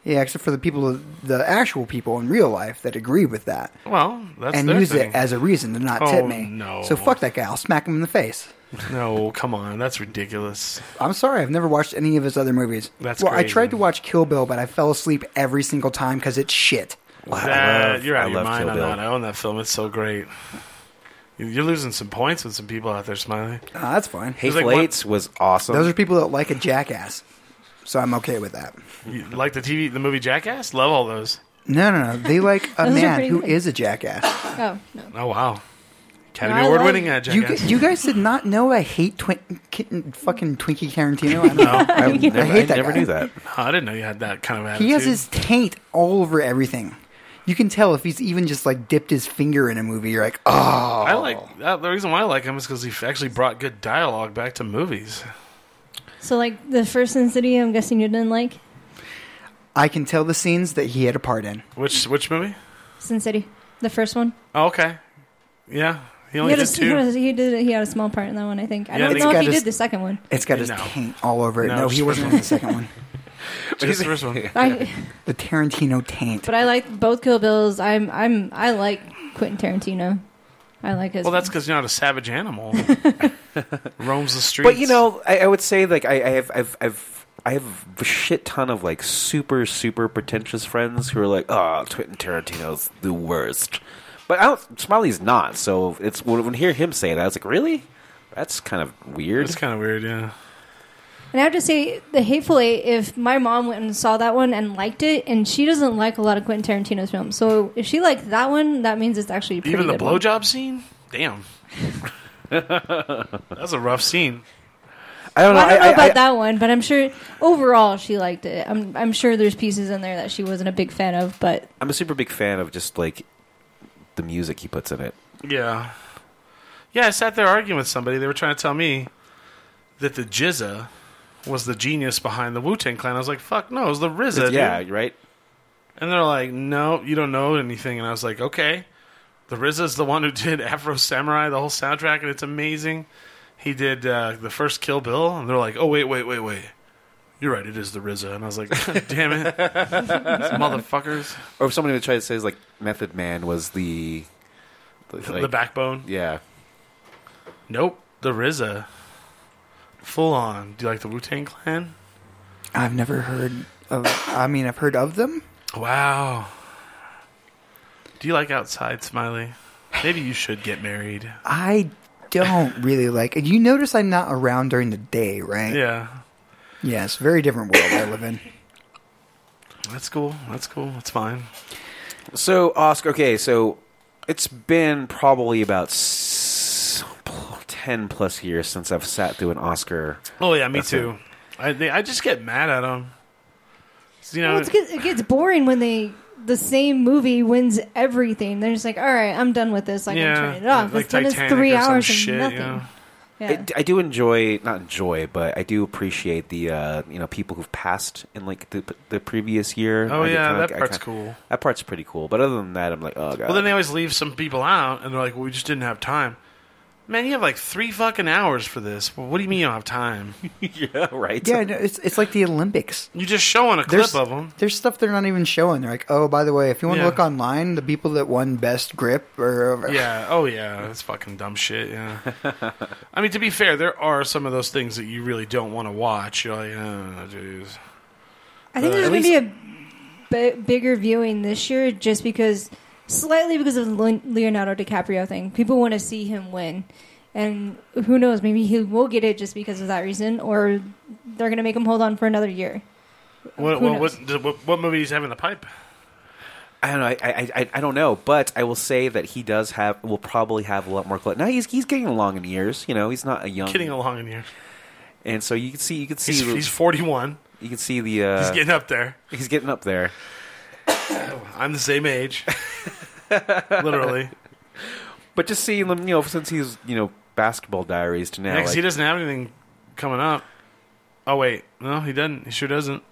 [SPEAKER 3] Yeah, except for the people, the actual people in real life that agree with that
[SPEAKER 2] Well, that's
[SPEAKER 3] and
[SPEAKER 2] their
[SPEAKER 3] use
[SPEAKER 2] thing.
[SPEAKER 3] it as a reason to not
[SPEAKER 2] Oh,
[SPEAKER 3] tip me.
[SPEAKER 2] no.
[SPEAKER 3] So fuck that guy. I'll smack him in the face.
[SPEAKER 2] No, come on, that's ridiculous.
[SPEAKER 3] I'm sorry, I've never watched any of his other movies.
[SPEAKER 2] That's
[SPEAKER 3] well, I
[SPEAKER 2] crazy.
[SPEAKER 3] tried to watch Kill Bill, but I fell asleep every single time because it's shit.
[SPEAKER 4] Wow, I
[SPEAKER 2] That-
[SPEAKER 4] love-
[SPEAKER 2] you're out
[SPEAKER 4] I
[SPEAKER 2] of your
[SPEAKER 4] love
[SPEAKER 2] mind
[SPEAKER 4] Kill
[SPEAKER 2] on
[SPEAKER 4] Bill.
[SPEAKER 2] that. I own that film. It's so great. You- You're losing some points with some people out there smiling.
[SPEAKER 3] Uh, that's fine.
[SPEAKER 4] Hateful
[SPEAKER 2] like one-
[SPEAKER 4] Eights was awesome.
[SPEAKER 3] Those are people that like a jackass, so I'm okay with that.
[SPEAKER 2] You like the TV, the movie Jackass? Love all those.
[SPEAKER 3] No, no, no. They like a
[SPEAKER 5] Those are
[SPEAKER 3] man
[SPEAKER 5] pretty
[SPEAKER 3] who is
[SPEAKER 5] good.
[SPEAKER 3] a jackass.
[SPEAKER 5] oh no.
[SPEAKER 2] Oh wow,
[SPEAKER 5] No,
[SPEAKER 2] Academy
[SPEAKER 5] I
[SPEAKER 2] Award
[SPEAKER 5] love-
[SPEAKER 2] winning uh,
[SPEAKER 3] You,
[SPEAKER 2] Jackass.
[SPEAKER 3] g- you guys did not know I hate twin, kitten, fucking Twinkie Tarantino. I don't know.
[SPEAKER 4] I, never,
[SPEAKER 3] I hate that
[SPEAKER 4] never
[SPEAKER 3] guy.
[SPEAKER 4] knew that.
[SPEAKER 2] Oh, I didn't know you had that kind of attitude.
[SPEAKER 3] He has his taint all over everything. You can tell if he's even just like dipped his finger in a movie. You're like, oh,
[SPEAKER 2] I like that. The reason why I like him is because he f- actually brought good dialogue back to movies.
[SPEAKER 5] So like the first Sin City, I'm guessing you didn't like
[SPEAKER 3] I can tell the scenes that he had a part in.
[SPEAKER 2] Which which movie?
[SPEAKER 5] Sin City, the first one.
[SPEAKER 2] Oh, okay. Yeah, he
[SPEAKER 5] He
[SPEAKER 2] only
[SPEAKER 5] had, a,
[SPEAKER 2] did
[SPEAKER 5] he, had
[SPEAKER 2] two.
[SPEAKER 5] a, he did. He had a small part in that one, I think. I
[SPEAKER 2] Yeah,
[SPEAKER 5] don't
[SPEAKER 2] they
[SPEAKER 5] know if
[SPEAKER 3] got
[SPEAKER 5] he
[SPEAKER 3] his-
[SPEAKER 5] did the second one.
[SPEAKER 3] It's got his
[SPEAKER 2] No.
[SPEAKER 3] taint all over it.
[SPEAKER 2] No,
[SPEAKER 3] No,
[SPEAKER 2] it's
[SPEAKER 3] he wasn't in the second one.
[SPEAKER 2] Just the first one.
[SPEAKER 5] I,
[SPEAKER 3] The Tarantino taint.
[SPEAKER 5] but I like both Kill Bills. I'm I'm I like Quentin Tarantino. I like his.
[SPEAKER 2] Well, that's because you're not a savage animal. Roams the streets.
[SPEAKER 4] But you know, I, I would say like I, I have I've I've I have a shit ton of like super super pretentious friends who are like, oh, Quentin Tarantino's the worst. But I don't, Smiley's not. So it's when, when I hear him say that, I was like, really? That's kind of weird.
[SPEAKER 2] it's kind of weird. Yeah.
[SPEAKER 5] And I have to say, The Hateful Eight, if my mom went and saw that one and liked it, and she doesn't like a lot of Quentin Tarantino's films. So if she liked that one, that means it's actually a pretty
[SPEAKER 2] Even the
[SPEAKER 5] good one.
[SPEAKER 2] blowjob scene? Damn. That's a rough scene.
[SPEAKER 4] I don't
[SPEAKER 5] Well, I don't know about
[SPEAKER 4] I-
[SPEAKER 5] that one, but I'm sure overall she liked it. I'm, I'm sure there's pieces in there that she wasn't a big fan of, but
[SPEAKER 4] I'm a super big fan of just like the music he puts in it.
[SPEAKER 2] Yeah. Yeah, I sat there arguing with somebody. They were trying to tell me that the Jizza was the genius behind the Wu Tang Clan. I was like, fuck no, it was the RZA. dude.
[SPEAKER 4] yeah, right.
[SPEAKER 2] And they're like, no, you don't know anything. And I was like, okay. The RZA's the one who did Afro Samurai, the whole soundtrack, and it's amazing. He did uh, the first Kill Bill, and they're like, oh, wait, wait, wait, wait. You're right, it is the RZA. And I was like, damn it. motherfuckers.
[SPEAKER 4] Or if somebody would try to say like Method Man was the the,
[SPEAKER 2] the
[SPEAKER 4] like-
[SPEAKER 2] backbone.
[SPEAKER 4] Yeah,
[SPEAKER 2] Nope. The RZA. Full on. Do you like the Wu Tang Clan?
[SPEAKER 3] I've never heard of. I mean, I've heard of them.
[SPEAKER 2] Wow. Do you like outside, Smiley? Maybe you should get married.
[SPEAKER 3] I don't really like. You notice I'm not around during the day, right?
[SPEAKER 2] Yeah.
[SPEAKER 3] Yes, very different world I live in.
[SPEAKER 2] That's cool. That's cool. That's fine.
[SPEAKER 4] So Oscar, okay, so it's been probably about s- ten plus years since I've sat through an Oscar.
[SPEAKER 2] Oh, yeah, me
[SPEAKER 4] That's
[SPEAKER 2] too. I, they, I just get mad at them. You know,
[SPEAKER 5] well, it's, get- it gets boring when they the same movie wins everything. They're just like, all right, I'm done with this. Like,
[SPEAKER 2] yeah,
[SPEAKER 5] I'm turning it off.
[SPEAKER 2] Like
[SPEAKER 5] it's been
[SPEAKER 2] Titanic
[SPEAKER 5] it's three
[SPEAKER 2] or some
[SPEAKER 5] hours and
[SPEAKER 2] shit,
[SPEAKER 5] nothing.
[SPEAKER 2] you know?
[SPEAKER 5] Yeah.
[SPEAKER 4] I, I do enjoy, not enjoy, but I do appreciate the uh, you know people who've passed in like the the previous year.
[SPEAKER 2] Oh,
[SPEAKER 4] I get
[SPEAKER 2] yeah,
[SPEAKER 4] kinda-
[SPEAKER 2] that
[SPEAKER 4] I
[SPEAKER 2] part's
[SPEAKER 4] kinda-
[SPEAKER 2] cool.
[SPEAKER 4] That part's pretty cool. But other than that, I'm like, oh god.
[SPEAKER 2] Well, then they always leave some people out, and they're like, "Well, we just didn't have time." Man, you have like three fucking hours for this. Well, what do you mean you don't have time?
[SPEAKER 4] yeah, right.
[SPEAKER 3] Yeah, no, it's it's like the Olympics.
[SPEAKER 2] You just showing a clip
[SPEAKER 3] There's,
[SPEAKER 2] of them.
[SPEAKER 3] there's stuff they're not even showing. They're like, oh, by the way, if you want
[SPEAKER 2] Yeah.
[SPEAKER 3] to look online, the people that won best grip or
[SPEAKER 2] Yeah. Oh yeah. That's fucking dumb shit. Yeah. I mean, to be fair, there are some of those things that you really don't want to watch. You're like, oh, jeez.
[SPEAKER 5] I
[SPEAKER 2] Uh,
[SPEAKER 5] think there's
[SPEAKER 2] at
[SPEAKER 5] going to be a bi- bigger viewing this year just because, slightly because of the Leon- Leonardo DiCaprio thing. People want to see him win. And who knows, maybe he will get it just because of that reason, or they're going to make him hold on for another year.
[SPEAKER 2] What
[SPEAKER 5] Who
[SPEAKER 2] what, what what what movies have in the pipe?
[SPEAKER 4] I don't know. I, I I I don't know, but I will say that he does have will probably have a lot more. Cl- now he's he's getting along in years. You know, he's not a young
[SPEAKER 2] Kidding along in here.
[SPEAKER 4] and so you can see you can see
[SPEAKER 2] He's,
[SPEAKER 4] the-
[SPEAKER 2] he's 41.
[SPEAKER 4] you can see the uh,
[SPEAKER 2] He's getting up there.
[SPEAKER 4] he's getting up there.
[SPEAKER 2] I'm the same age. Literally.
[SPEAKER 4] But just seeing them, you know, since he's you know basketball diaries to now,
[SPEAKER 2] Because he
[SPEAKER 4] like-
[SPEAKER 2] doesn't have anything coming up. Oh wait, no, he doesn't. He sure doesn't.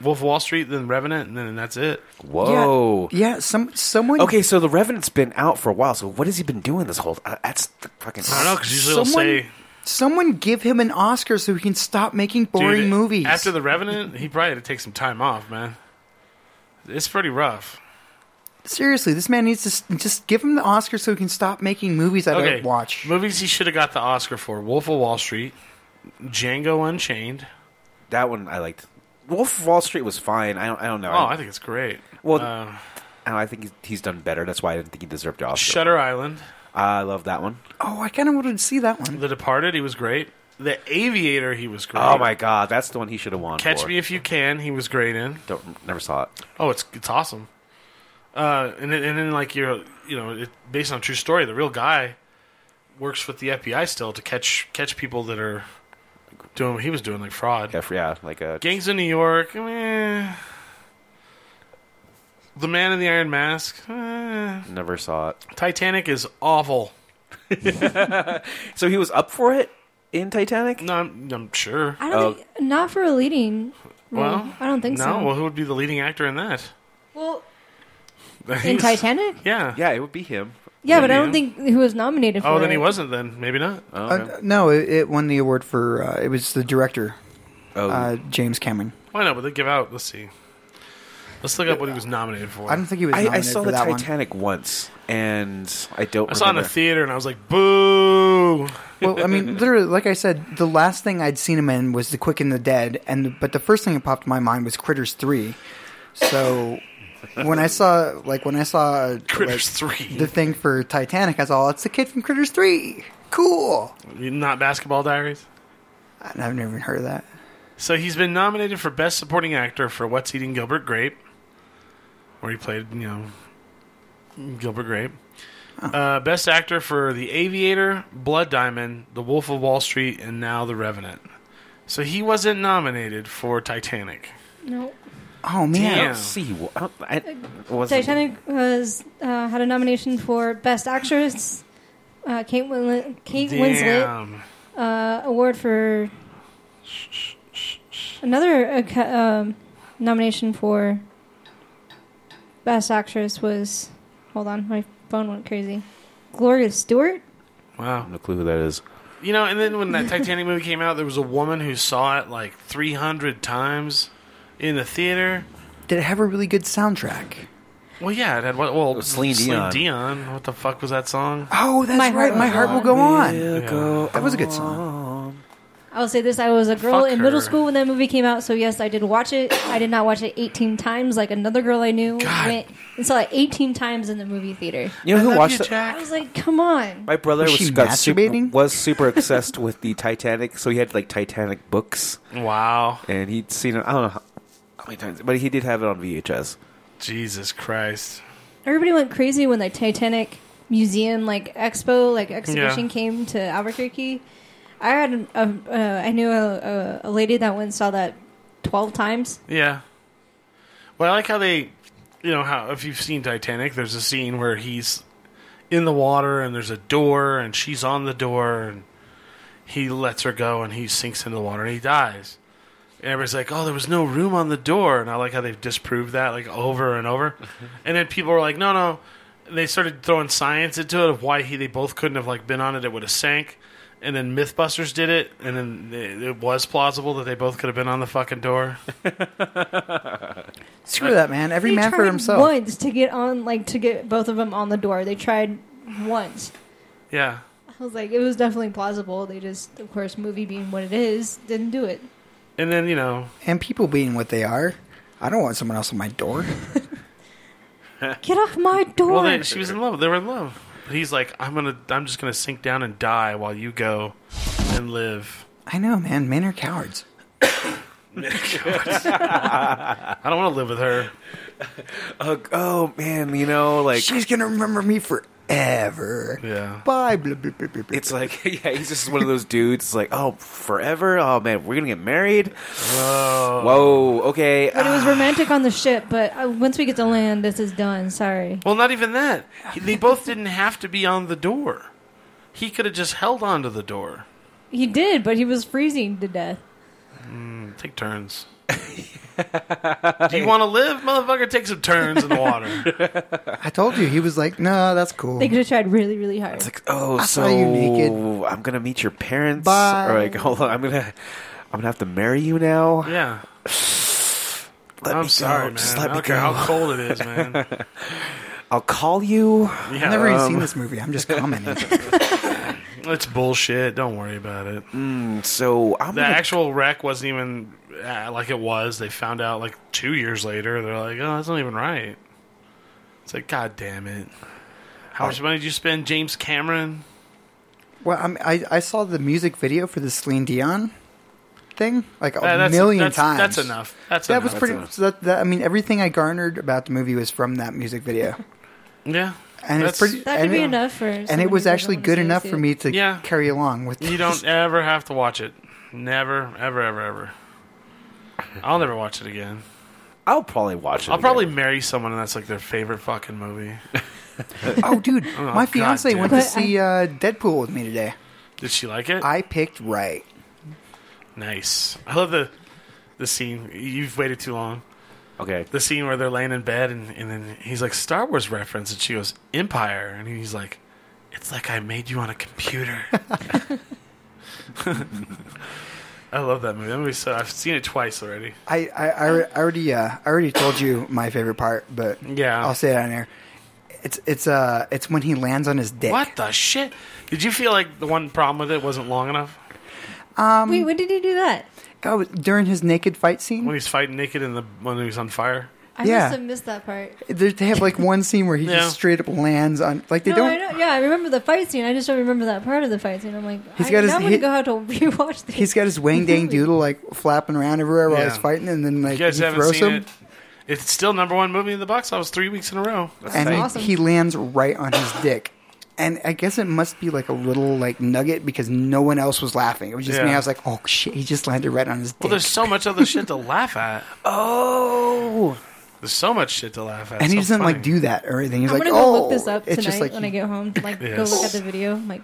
[SPEAKER 2] Wolf of Wall Street, then Revenant, and then that's it.
[SPEAKER 4] whoa.
[SPEAKER 3] Yeah, yeah, some someone.
[SPEAKER 4] Okay, so the Revenant's been out for a while. So what has he been doing this whole? Uh, that's the fucking.
[SPEAKER 2] I don't know because usually
[SPEAKER 3] someone,
[SPEAKER 2] they'll say
[SPEAKER 3] someone give him an Oscar so he can stop making boring
[SPEAKER 2] Dude,
[SPEAKER 3] movies.
[SPEAKER 2] After the Revenant, he probably had to take some time off, man. It's pretty rough.
[SPEAKER 3] Seriously, this man needs to s- just give him the Oscar so he can stop making movies I
[SPEAKER 2] Okay,
[SPEAKER 3] don't watch.
[SPEAKER 2] movies he should have got the Oscar for: Wolf of Wall Street, Django Unchained.
[SPEAKER 4] That one I liked. Wolf of Wall Street was fine. I don't. I don't know.
[SPEAKER 2] Oh, I think it's great.
[SPEAKER 4] well,
[SPEAKER 2] Uh,
[SPEAKER 4] I, don't- I think he's, he's done better. That's why I didn't think he deserved the Oscar.
[SPEAKER 2] Shutter Island,
[SPEAKER 4] I love that one.
[SPEAKER 3] Oh, I kind of wanted to see that one.
[SPEAKER 2] The Departed, he was great. The Aviator, he was great.
[SPEAKER 4] Oh my god, that's the one he should have won.
[SPEAKER 2] Catch
[SPEAKER 4] for.
[SPEAKER 2] Me If You Can, he was great in.
[SPEAKER 4] Don't never saw it.
[SPEAKER 2] Oh, it's it's awesome. Uh, and then, and then like you're you know it, based on a true story, the real guy works with the FBI still to catch catch people that are doing what he was doing like fraud.
[SPEAKER 4] Yeah, for- yeah like uh, a
[SPEAKER 2] Gangs in New York. eh. The Man in the Iron Mask. eh.
[SPEAKER 4] never saw it.
[SPEAKER 2] Titanic is awful.
[SPEAKER 4] So he was up for it in Titanic.
[SPEAKER 2] No, I'm, I'm sure.
[SPEAKER 5] I don't
[SPEAKER 4] Oh.
[SPEAKER 5] think, not for a leading role.
[SPEAKER 2] Uh, Well,
[SPEAKER 5] I don't think
[SPEAKER 2] no.
[SPEAKER 5] so.
[SPEAKER 2] Well, who would be the leading actor in that?
[SPEAKER 5] Well,
[SPEAKER 2] He
[SPEAKER 5] in
[SPEAKER 2] was-
[SPEAKER 5] Titanic?
[SPEAKER 2] Yeah.
[SPEAKER 4] Yeah, it would be him.
[SPEAKER 5] Yeah, but I
[SPEAKER 2] yeah.
[SPEAKER 5] don't think he was nominated for
[SPEAKER 2] Oh, then
[SPEAKER 5] it.
[SPEAKER 2] he wasn't. Then maybe not.
[SPEAKER 4] Oh,
[SPEAKER 3] Uh,
[SPEAKER 4] okay.
[SPEAKER 3] no, it, it won the award for uh, it was the director
[SPEAKER 4] Oh,
[SPEAKER 3] uh, James Cameron.
[SPEAKER 2] Why not? But they give out. Let's see. Let's look up what he was nominated for.
[SPEAKER 3] I don't think he was.
[SPEAKER 4] I, I
[SPEAKER 3] nominated
[SPEAKER 4] saw
[SPEAKER 3] for
[SPEAKER 4] the
[SPEAKER 3] that
[SPEAKER 4] Titanic once, and I don't.
[SPEAKER 2] I saw it in the
[SPEAKER 4] remember.
[SPEAKER 2] theater and I was like, "Boo!"
[SPEAKER 3] One. Well, I mean, literally, like I said, the last thing I'd seen him in was The Quick and the Dead, and but the first thing that popped in my mind was Critters Three. So when I saw, like, when I saw like,
[SPEAKER 2] Critters Three.
[SPEAKER 3] the thing for Titanic, I was all, "It's the kid from Critters Three. Cool."
[SPEAKER 2] Not Basketball Diaries.
[SPEAKER 3] And I've never even heard of that.
[SPEAKER 2] So he's been nominated for Best Supporting Actor for What's Eating Gilbert Grape, where he played, you know, Gilbert Grape. Uh, best Actor for The Aviator, Blood Diamond, The Wolf of Wall Street, and now The Revenant. So he wasn't nominated for Titanic.
[SPEAKER 5] No.
[SPEAKER 3] Oh
[SPEAKER 4] I
[SPEAKER 3] man,
[SPEAKER 2] Damn.
[SPEAKER 4] don't see. wh- I don't, I, it wasn't-
[SPEAKER 5] Titanic was uh, had a nomination for Best Actress, uh, Kate Winslet, Kate Winslet
[SPEAKER 2] Damn.
[SPEAKER 5] uh, award for another uh, ca- um, nomination for Best Actress was hold on my phone went crazy. Gloria Stewart.
[SPEAKER 4] I have
[SPEAKER 2] Wow.
[SPEAKER 4] no clue who that is.
[SPEAKER 2] You know, and then when that Titanic movie came out, there was a woman who saw it like 300 times in the theater.
[SPEAKER 3] did it have a really good soundtrack?
[SPEAKER 2] Well, yeah, it had what? Well,
[SPEAKER 4] Celine Dion.
[SPEAKER 2] Dion. What the fuck was that song?
[SPEAKER 3] Oh, that's
[SPEAKER 5] My Heart
[SPEAKER 3] right. My
[SPEAKER 5] Will
[SPEAKER 3] heart
[SPEAKER 5] Go
[SPEAKER 3] will go
[SPEAKER 4] Oh,
[SPEAKER 3] on.
[SPEAKER 2] go
[SPEAKER 3] That was a good song.
[SPEAKER 5] I will say this: I was a girl
[SPEAKER 2] Fuck
[SPEAKER 5] in middle
[SPEAKER 2] her.
[SPEAKER 5] school when that movie came out, so yes, I did watch it. I did not watch it 18 times like another girl I knew
[SPEAKER 2] God.
[SPEAKER 5] went and saw it 18 times in the movie theater.
[SPEAKER 4] You know who watched it?
[SPEAKER 5] I was like, come on.
[SPEAKER 4] My brother
[SPEAKER 3] Was
[SPEAKER 4] was,
[SPEAKER 3] she
[SPEAKER 4] got super-
[SPEAKER 3] masturbating?
[SPEAKER 4] was super obsessed with the Titanic, so he had like Titanic books,
[SPEAKER 2] Wow.
[SPEAKER 4] and he'd seen it. I don't know how, how many times, but he did have it on VHS.
[SPEAKER 2] Jesus Christ.
[SPEAKER 5] Everybody went crazy when the Titanic Museum like expo like exhibition
[SPEAKER 2] Yeah.
[SPEAKER 5] came to Albuquerque. I had a, uh, I knew a, a, a lady that went and saw that 12 times.
[SPEAKER 2] Yeah. Well, I like how they, you know, how if you've seen Titanic, there's a scene where he's in the water and there's a door and she's on the door and he lets her go and he sinks into the water and he dies. And everybody's like, "Oh, there was no room on the door," and I like how they've disproved that like over and over. and then people were like, "No, no," and they started throwing science into it of why he they both couldn't have like been on it; it would have sank. And then MythBusters did it, and then it, it was plausible that they both could have been on the fucking door.
[SPEAKER 3] Screw that, man. Every
[SPEAKER 5] They
[SPEAKER 3] man for
[SPEAKER 5] tried
[SPEAKER 3] himself.
[SPEAKER 5] Once to get on, like to get both of them on the door. They tried once.
[SPEAKER 2] yeah,
[SPEAKER 5] I was like, it was definitely plausible. They just, of course, movie being what it is, didn't do it.
[SPEAKER 2] and then you know,
[SPEAKER 3] And people being what they are. I don't want someone else on my door.
[SPEAKER 5] Get off my door!
[SPEAKER 2] Well, they, she was in love. They were in love. But he's like, I'm gonna, I'm just gonna sink down and die while you go and live.
[SPEAKER 3] I know, man. Men are cowards.
[SPEAKER 2] I don't want to live with her.
[SPEAKER 4] Ugh, oh man, you know, like
[SPEAKER 3] She's gonna remember me forever.
[SPEAKER 2] Yeah.
[SPEAKER 3] Bye. Blah, blah, blah, blah, blah.
[SPEAKER 4] it's like yeah, he's just one of those dudes. Like oh, forever. Oh man, we're gonna get married.
[SPEAKER 2] Whoa.
[SPEAKER 4] Whoa, okay.
[SPEAKER 5] But it
[SPEAKER 4] ah.
[SPEAKER 5] was romantic on the ship. But uh, once we get to land, this is done. Sorry.
[SPEAKER 2] Well, not even that. He- They both didn't have to be on the door. He could have just held onto the door.
[SPEAKER 5] He did, but he was freezing to death.
[SPEAKER 2] Take turns. Do you want to live, motherfucker? Take some turns in the water.
[SPEAKER 3] I told you. He was like, no, that's cool.
[SPEAKER 5] They could have tried really, really hard.
[SPEAKER 4] It's like, oh,
[SPEAKER 3] I
[SPEAKER 4] so
[SPEAKER 3] saw you naked.
[SPEAKER 4] I'm gonna meet your parents.
[SPEAKER 3] Bye.
[SPEAKER 4] Or like, hold on, I'm gonna, I'm gonna have to marry you now.
[SPEAKER 2] Yeah.
[SPEAKER 4] Let me
[SPEAKER 2] I'm
[SPEAKER 4] go.
[SPEAKER 2] sorry, man.
[SPEAKER 4] Just let
[SPEAKER 2] I
[SPEAKER 4] me
[SPEAKER 2] don't care
[SPEAKER 4] go.
[SPEAKER 2] how cold it is, man.
[SPEAKER 4] I'll call you.
[SPEAKER 2] Yeah,
[SPEAKER 3] I've never even
[SPEAKER 2] Um.
[SPEAKER 3] seen this movie. I'm just commenting.
[SPEAKER 2] it's bullshit. Don't worry about it.
[SPEAKER 4] So I'm
[SPEAKER 2] Mm. The
[SPEAKER 4] gonna,
[SPEAKER 2] actual wreck wasn't even uh, like it was. They found out like two years later. They're like, oh, that's not even right. It's like, god damn it. How much money did you spend, James Cameron?
[SPEAKER 3] well, I'm, I I saw the music video for the Celine Dion thing like a
[SPEAKER 2] Uh, that's,
[SPEAKER 3] million
[SPEAKER 2] that's,
[SPEAKER 3] times.
[SPEAKER 2] That's enough. That's
[SPEAKER 3] That was
[SPEAKER 2] enough.
[SPEAKER 3] pretty.
[SPEAKER 4] enough.
[SPEAKER 3] So that, that I mean, everything I garnered about the movie was from that music video,
[SPEAKER 2] yeah.
[SPEAKER 3] and
[SPEAKER 2] That's-
[SPEAKER 3] it's pretty.
[SPEAKER 5] that
[SPEAKER 3] and
[SPEAKER 5] could be
[SPEAKER 3] it-
[SPEAKER 5] enough for.
[SPEAKER 3] And it was actually good enough for me to
[SPEAKER 2] Yeah.
[SPEAKER 3] carry along with.
[SPEAKER 2] You don't ever have to watch it. Never, ever, ever, ever. I'll never watch it again.
[SPEAKER 4] I'll probably watch it.
[SPEAKER 2] I'll
[SPEAKER 4] again.
[SPEAKER 2] probably marry someone and that's like their favorite fucking movie.
[SPEAKER 3] Oh, dude, my
[SPEAKER 2] God
[SPEAKER 3] fiance
[SPEAKER 2] damn
[SPEAKER 3] went
[SPEAKER 5] it.
[SPEAKER 3] to see uh, Deadpool with me today.
[SPEAKER 2] Did she like it?
[SPEAKER 3] I picked right.
[SPEAKER 2] nice. I love the the scene. You've waited too long.
[SPEAKER 4] Okay.
[SPEAKER 2] the scene where they're laying in bed and, and then he's like Star Wars reference and she goes Empire and he's like it's like I made you on a computer. I love that movie. That movie so I've seen it twice already.
[SPEAKER 3] I I, I re- I already uh, I already told you my favorite part, but
[SPEAKER 2] Yeah.
[SPEAKER 3] I'll say it on air. It's it's uh it's when he lands on his dick.
[SPEAKER 2] What the shit? Did you feel like the one problem with it wasn't long enough
[SPEAKER 3] Um,
[SPEAKER 5] Wait, when did he do that?
[SPEAKER 3] Oh, during his naked
[SPEAKER 2] when
[SPEAKER 3] fight scene,
[SPEAKER 2] he's fighting naked in the when he's on fire?
[SPEAKER 5] I
[SPEAKER 3] Yeah.
[SPEAKER 5] must have missed that part.
[SPEAKER 3] there- they have like one scene where he
[SPEAKER 2] Yeah.
[SPEAKER 3] just straight up lands on like they
[SPEAKER 5] no,
[SPEAKER 3] don't.
[SPEAKER 5] I know, yeah, I remember the fight scene. I just don't remember that part of the fight scene. I'm like,
[SPEAKER 3] He's
[SPEAKER 5] I,
[SPEAKER 3] got his-
[SPEAKER 5] now I'm
[SPEAKER 3] he-
[SPEAKER 5] gonna go out to rewatch this.
[SPEAKER 3] He's got his wang dang doodle like flapping around everywhere while
[SPEAKER 2] Yeah.
[SPEAKER 3] he's fighting, and then like
[SPEAKER 2] You guys
[SPEAKER 3] he
[SPEAKER 2] haven't
[SPEAKER 3] throws
[SPEAKER 2] seen
[SPEAKER 3] him,
[SPEAKER 2] it. It's still number one movie in the box office three weeks in a row.
[SPEAKER 3] and
[SPEAKER 5] That's awesome.
[SPEAKER 3] he lands right on his dick. And I guess it must be like a little like nugget because no one else was laughing. It was just me.
[SPEAKER 2] Yeah.
[SPEAKER 3] I was like, "Oh shit!" He just landed right on his dick.
[SPEAKER 2] Well, there's so much other shit to laugh at.
[SPEAKER 4] Oh,
[SPEAKER 2] There's so much shit to laugh at.
[SPEAKER 3] and he
[SPEAKER 2] So
[SPEAKER 3] doesn't
[SPEAKER 2] funny.
[SPEAKER 3] like do that or anything. He's
[SPEAKER 5] I'm
[SPEAKER 3] like,
[SPEAKER 5] gonna go
[SPEAKER 3] "Oh,
[SPEAKER 5] look this up
[SPEAKER 3] it's
[SPEAKER 5] tonight
[SPEAKER 3] just like
[SPEAKER 5] when I
[SPEAKER 3] he-
[SPEAKER 5] get home. Like,
[SPEAKER 2] Yes.
[SPEAKER 5] go look at the video. I'm like,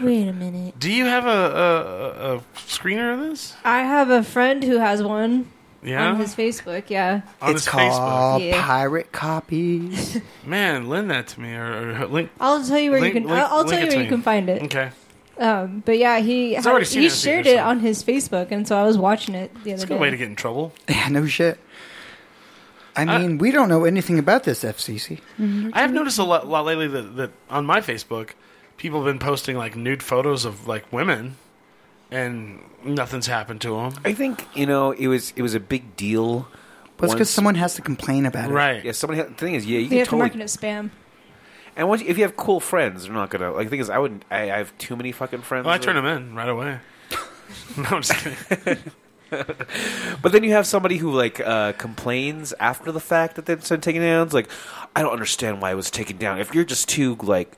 [SPEAKER 5] wait a minute.
[SPEAKER 2] Do you have a, a, a- a screener of this?
[SPEAKER 5] I have a friend who has one
[SPEAKER 2] Yeah.
[SPEAKER 5] on his Facebook. Yeah,
[SPEAKER 2] On
[SPEAKER 3] it's
[SPEAKER 2] his
[SPEAKER 3] called
[SPEAKER 5] Yeah.
[SPEAKER 3] pirate copies."
[SPEAKER 2] Facebook. Man, lend that to me or, or link.
[SPEAKER 5] I'll tell you where
[SPEAKER 2] link-
[SPEAKER 5] you can.
[SPEAKER 2] link-
[SPEAKER 5] I'll, I'll
[SPEAKER 2] link
[SPEAKER 5] tell you
[SPEAKER 2] it
[SPEAKER 5] where
[SPEAKER 2] to
[SPEAKER 5] you
[SPEAKER 2] me.
[SPEAKER 5] can find it.
[SPEAKER 2] Okay,
[SPEAKER 5] Um, but yeah, he
[SPEAKER 2] He's already
[SPEAKER 5] had-
[SPEAKER 2] seen
[SPEAKER 5] he
[SPEAKER 2] it, I think,
[SPEAKER 5] shared
[SPEAKER 2] or
[SPEAKER 5] it
[SPEAKER 2] something.
[SPEAKER 5] on his Facebook, and so I was watching it the other
[SPEAKER 2] it's a
[SPEAKER 5] day.
[SPEAKER 2] good way to get in trouble.
[SPEAKER 3] yeah, no shit. I
[SPEAKER 2] Uh,
[SPEAKER 3] mean, we don't know anything about this FCC.
[SPEAKER 2] I have noticed a lot, lot lately that, that on my Facebook, people have been posting like nude photos of like women, and nothing's happened to them.
[SPEAKER 4] I think you know it was it was a big deal.
[SPEAKER 3] That's
[SPEAKER 4] once-
[SPEAKER 3] because someone has to complain about it.
[SPEAKER 2] Right?
[SPEAKER 4] Yeah, somebody. had- The thing is, yeah, you
[SPEAKER 5] They
[SPEAKER 4] can
[SPEAKER 5] have to
[SPEAKER 4] totally.
[SPEAKER 5] market it as spam.
[SPEAKER 4] And once, if you have cool friends, they're not gonna like. The thing is, I wouldn't. I, I have too many fucking friends.
[SPEAKER 2] Well, I turn them in right away. no, I'm just kidding.
[SPEAKER 4] But then you have somebody who like uh, complains after the fact that they've been taken down. It's like, I don't understand why it was taken down. If you're just too like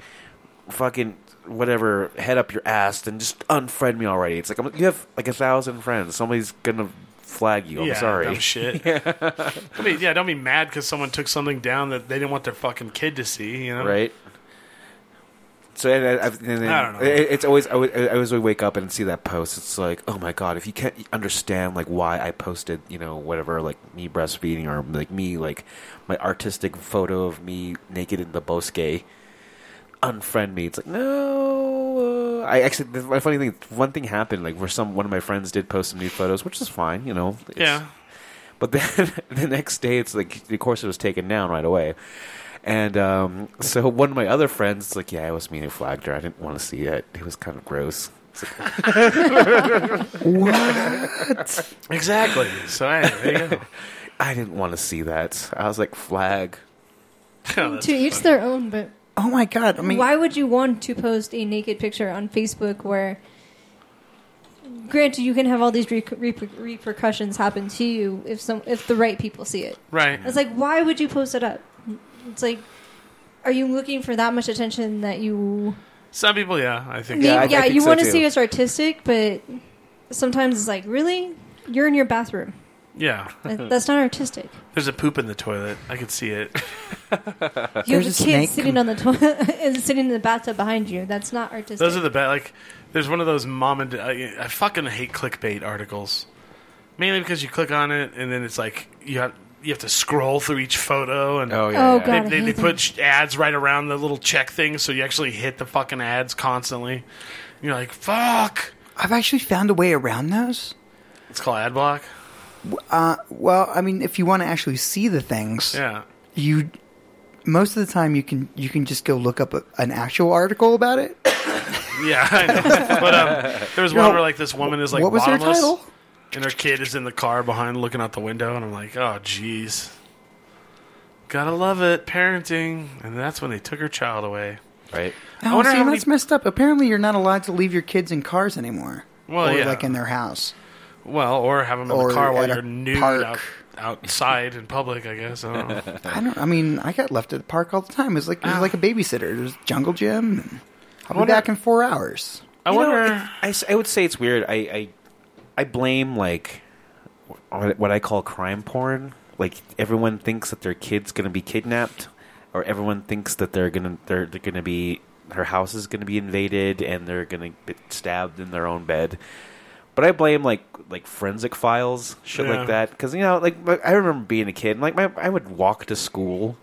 [SPEAKER 4] fucking whatever head up your ass, then just unfriend me already. It's like I'm, you have like a thousand friends. Somebody's gonna flag you. I'm
[SPEAKER 2] yeah,
[SPEAKER 4] sorry.
[SPEAKER 2] dumb shit. yeah. I mean, yeah, don't be mad because someone took something down that they didn't want their fucking kid to see. You know,
[SPEAKER 4] Right. So and I, I've, and then
[SPEAKER 2] I don't know.
[SPEAKER 4] It, it's always I, would- I always would wake up and see that post. It's like, oh my god, if you can't understand like why I posted, you know, whatever, like me breastfeeding or like me like my artistic photo of me naked in the bosque, unfriend me. It's like no. uh, I actually, the my funny thing, one thing happened. Like where some one of my friends did post some new photos, which is fine, you know. It's-
[SPEAKER 2] Yeah.
[SPEAKER 4] but then the next day, it's like the course it was taken down right away. And um, so one of my other friends is like, "Yeah, it was me who flagged her. I didn't want to see it. It was kind of gross." It's like,
[SPEAKER 2] Exactly. So anyway, there you go.
[SPEAKER 4] I didn't want to see that. I was like, "Flag."
[SPEAKER 2] Oh, that's
[SPEAKER 5] to each
[SPEAKER 2] funny.
[SPEAKER 5] their own, but
[SPEAKER 3] Oh my god! I mean,
[SPEAKER 5] why would you want to post a naked picture on Facebook where, granted, you can have all these re- reper- repercussions happen to you if some if the right people see it?
[SPEAKER 2] Right.
[SPEAKER 5] It's like, why would you post it up? It's like, are you looking for that much attention that you?
[SPEAKER 2] Some people, yeah, I think.
[SPEAKER 4] Yeah,
[SPEAKER 5] Yeah,
[SPEAKER 4] I- I
[SPEAKER 5] yeah
[SPEAKER 4] think
[SPEAKER 5] you
[SPEAKER 4] so
[SPEAKER 5] want to
[SPEAKER 4] too.
[SPEAKER 5] see it's artistic, but sometimes it's like, really, you're in your bathroom.
[SPEAKER 2] Yeah.
[SPEAKER 5] That- That's not artistic.
[SPEAKER 2] There's a poop in the toilet. I can see it.
[SPEAKER 5] You have a,
[SPEAKER 3] There's a
[SPEAKER 5] kid
[SPEAKER 3] snake.
[SPEAKER 5] sitting on the toilet and sitting in the bathtub behind you. That's not artistic.
[SPEAKER 2] Those are the best. Like, there's one of those mom and I, I fucking hate clickbait articles, mainly because you click on it and then it's like you have you have to scroll through each photo and
[SPEAKER 5] yeah, Oh, yeah. God.
[SPEAKER 2] they, they,
[SPEAKER 5] I
[SPEAKER 2] they
[SPEAKER 5] hate
[SPEAKER 2] put sh- ads right around the little check thing, so you actually hit the fucking ads constantly. You're like, fuck.
[SPEAKER 3] I've actually found a way around those.
[SPEAKER 2] It's called ad block.
[SPEAKER 3] Uh, well, I mean, if you want to actually see the things,
[SPEAKER 2] Yeah.
[SPEAKER 3] you most of the time you can you can just go look up a, an actual article about it.
[SPEAKER 2] Yeah, I know. but um, there was one
[SPEAKER 3] No.
[SPEAKER 2] where like this woman is like
[SPEAKER 3] what was their
[SPEAKER 2] bottomless,
[SPEAKER 3] title?
[SPEAKER 2] and her kid is in the car behind, looking out the window, and I'm like, oh jeez, gotta love it, parenting, and that's when they took her child away.
[SPEAKER 4] right.
[SPEAKER 2] I
[SPEAKER 3] No,
[SPEAKER 2] wonder
[SPEAKER 3] see,
[SPEAKER 2] how
[SPEAKER 3] that's
[SPEAKER 2] many-
[SPEAKER 3] messed up. Apparently, you're not allowed to leave your kids in cars anymore.
[SPEAKER 2] Well,
[SPEAKER 3] or
[SPEAKER 2] yeah.
[SPEAKER 3] like in their house.
[SPEAKER 2] Well, or have them in
[SPEAKER 3] Or
[SPEAKER 2] the car while
[SPEAKER 3] at a
[SPEAKER 2] you're nude
[SPEAKER 3] park.
[SPEAKER 2] out, outside in public. I guess I don't know.
[SPEAKER 3] I don't. I mean, I got left at the park all the time. It was like it was like a
[SPEAKER 2] Ah.
[SPEAKER 3] babysitter. There's Jungle Gym. And I'll be
[SPEAKER 2] wonder-
[SPEAKER 3] back in four hours.
[SPEAKER 2] I
[SPEAKER 4] You know,
[SPEAKER 2] wonder.
[SPEAKER 4] it- I, s- I would say it's weird. I, I I blame like what what I call crime porn. Like everyone thinks that their kid's gonna be kidnapped, or everyone thinks that they're gonna they're, they're gonna be her house is gonna be invaded and they're gonna get stabbed in their own bed. But I blame like like forensic files shit
[SPEAKER 2] Yeah.
[SPEAKER 4] like that because you know like I remember being a kid and like my I would walk to school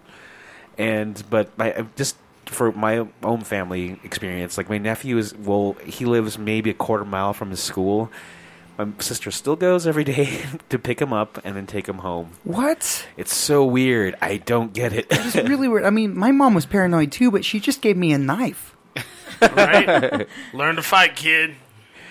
[SPEAKER 4] and but my I- just for my own family experience, like my nephew is well, he lives maybe a quarter mile from his school. My sister still goes every day to pick him up and then take him home.
[SPEAKER 3] What?
[SPEAKER 4] It's so weird. I don't get it.
[SPEAKER 3] It's really weird. I mean, my mom was paranoid too, but she just gave me a knife.
[SPEAKER 2] right? Learn to fight, kid.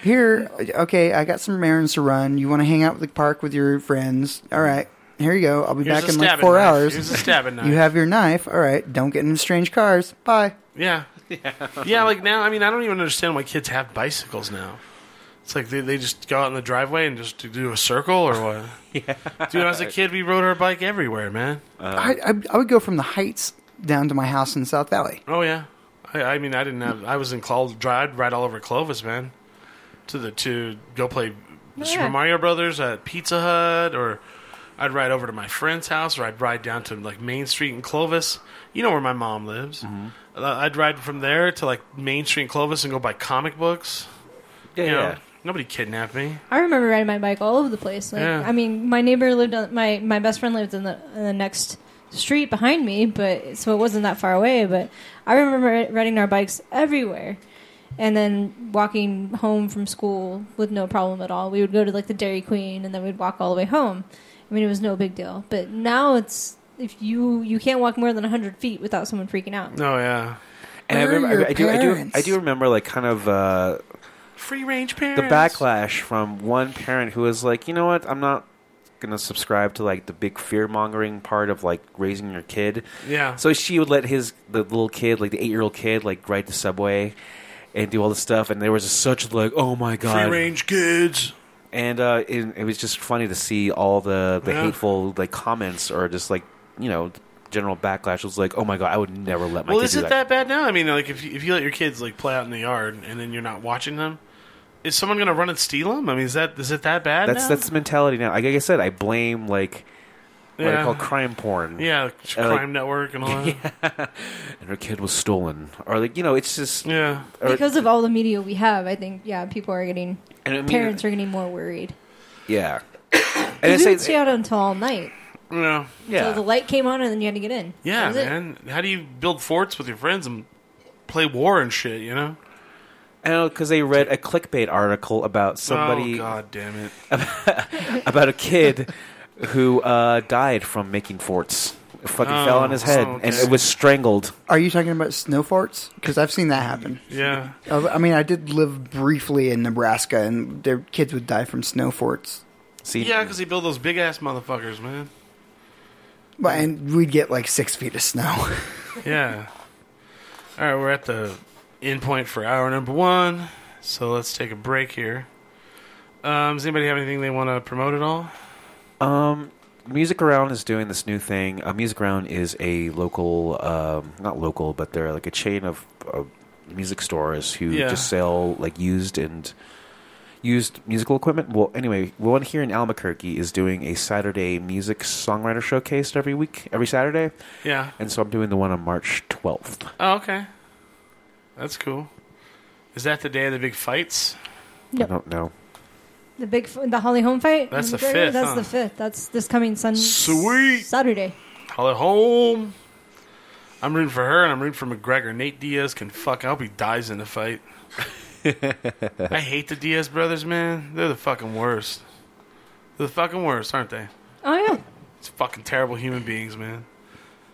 [SPEAKER 3] Here, okay, I got some errands to run. You want to hang out at the park with your friends? All right, here you go. I'll be
[SPEAKER 2] Here's
[SPEAKER 3] back
[SPEAKER 2] a
[SPEAKER 3] in like
[SPEAKER 2] stabbing
[SPEAKER 3] four
[SPEAKER 2] knife.
[SPEAKER 3] hours.
[SPEAKER 2] Here's a stabbing knife.
[SPEAKER 3] You have your knife. All right, don't get in strange cars. Bye.
[SPEAKER 2] Yeah. yeah. like now, I mean, I don't even understand why kids have bicycles now. It's like they, they just go out in the driveway and just do a circle or what? yeah. Dude, as a kid, we rode our bike everywhere, man.
[SPEAKER 3] I, I I would go from the heights down to my house in South Valley.
[SPEAKER 2] Oh, yeah. I, I mean, I didn't have, I was in Clovis, I'd ride all over Clovis, man. To the, to go play Super
[SPEAKER 5] Yeah.
[SPEAKER 2] Mario Brothers at Pizza Hut or I'd ride over to my friend's house or I'd ride down to like Main Street in Clovis. You know where my mom lives. Uh, I'd ride from there to like Main Street in Clovis and go buy comic books. You know, nobody kidnapped me.
[SPEAKER 5] I remember riding my bike all over the place. Like,
[SPEAKER 2] Yeah.
[SPEAKER 5] I mean, my neighbor lived on my my best friend lived in the in the next street behind me, but so it wasn't that far away. But I remember riding our bikes everywhere, and then walking home from school with no problem at all. We would go to like the Dairy Queen, and then we'd walk all the way home. I mean, it was no big deal. But now it's if you you can't walk more than hundred feet without someone freaking out.
[SPEAKER 2] No, yeah.
[SPEAKER 4] and I
[SPEAKER 3] Where are
[SPEAKER 4] remember
[SPEAKER 3] your
[SPEAKER 4] I, I do I do
[SPEAKER 3] parents?
[SPEAKER 4] I do remember like kind of uh,
[SPEAKER 2] Free range parents.
[SPEAKER 4] the backlash from one parent who was like, you know what, I'm not gonna subscribe to like the big fear mongering part of like raising your kid.
[SPEAKER 2] Yeah.
[SPEAKER 4] So she would let his the little kid, like the eight year old kid, like ride the subway and do all this stuff. And there was just such like, oh my
[SPEAKER 2] free
[SPEAKER 4] god!
[SPEAKER 2] range kids.
[SPEAKER 4] And uh, it, it was just funny to see all the the
[SPEAKER 2] Yeah.
[SPEAKER 4] hateful like comments or just like you know general backlash. It was like, oh my god, I would never let my
[SPEAKER 2] well,
[SPEAKER 4] kid
[SPEAKER 2] is
[SPEAKER 4] do
[SPEAKER 2] it that bad now? I mean, like if you, if you let your kids like play out in the yard and then you're not watching them, is someone going to run and steal them? I mean, is that is it that bad?
[SPEAKER 4] That's
[SPEAKER 2] now?
[SPEAKER 4] that's the mentality now. Like, I said, I blame like what
[SPEAKER 2] Yeah.
[SPEAKER 4] I call crime porn.
[SPEAKER 2] Yeah,
[SPEAKER 4] Uh,
[SPEAKER 2] Crime Network and all that.
[SPEAKER 4] And her kid was stolen. Or, like, you know, it's just.
[SPEAKER 2] Yeah.
[SPEAKER 4] or-
[SPEAKER 5] because of all the media we have, I think yeah, people are getting
[SPEAKER 4] and I mean,
[SPEAKER 5] parents are getting more worried.
[SPEAKER 4] Yeah.
[SPEAKER 5] You
[SPEAKER 4] And I
[SPEAKER 5] didn't
[SPEAKER 4] say,
[SPEAKER 5] stay out until all night.
[SPEAKER 2] Yeah.
[SPEAKER 4] yeah.
[SPEAKER 5] So the light came on and then you had to get in.
[SPEAKER 2] Yeah,
[SPEAKER 5] That was it.
[SPEAKER 2] man. How do you build forts with your friends and play war and shit, you know?
[SPEAKER 4] I know because they read a clickbait article about
[SPEAKER 2] Oh,
[SPEAKER 4] somebody
[SPEAKER 2] God damn it.
[SPEAKER 4] about a kid who uh, died from making forts. It fucking
[SPEAKER 2] Oh,
[SPEAKER 4] fell on his head
[SPEAKER 2] oh,
[SPEAKER 4] and
[SPEAKER 2] okay.
[SPEAKER 4] it was strangled.
[SPEAKER 3] Are you talking about snow farts? Because I've seen that happen. Uh,
[SPEAKER 2] Yeah.
[SPEAKER 3] I I mean, I did live briefly in Nebraska, and their kids would die from snow forts.
[SPEAKER 4] See,
[SPEAKER 2] Yeah, because he built those big ass motherfuckers, man.
[SPEAKER 3] But and we'd get like six feet of snow.
[SPEAKER 2] Yeah. All right, we're at the end point for hour number one, so let's take a break here. Um, does anybody have anything they want to promote at all?
[SPEAKER 4] Um, Music Around is doing this new thing. Uh, Music Around is a local, um, not local, but they're like a chain of uh, music stores who
[SPEAKER 2] Yeah.
[SPEAKER 4] just sell like used and used musical equipment. Well, anyway, one here in Albuquerque is doing a Saturday music songwriter showcase every week, every Saturday,
[SPEAKER 2] Yeah.
[SPEAKER 4] and so I'm doing the one on March 12th.
[SPEAKER 2] Oh, okay. That's cool. Is that the day of the big fights?
[SPEAKER 4] I don't know.
[SPEAKER 5] The big f- the Holly Home fight.
[SPEAKER 2] That's the
[SPEAKER 5] Very-
[SPEAKER 2] fifth,
[SPEAKER 5] That's
[SPEAKER 2] huh?
[SPEAKER 5] the fifth. That's this coming Sunday.
[SPEAKER 2] Sweet.
[SPEAKER 5] Saturday.
[SPEAKER 2] Call it home. I'm rooting for her, and I'm rooting for McGregor. Nate Diaz can fuck. I hope he dies in the fight. I hate the Diaz brothers, man. They're the fucking worst. They're the fucking worst, aren't they?
[SPEAKER 5] Oh yeah.
[SPEAKER 2] It's fucking terrible human beings, man.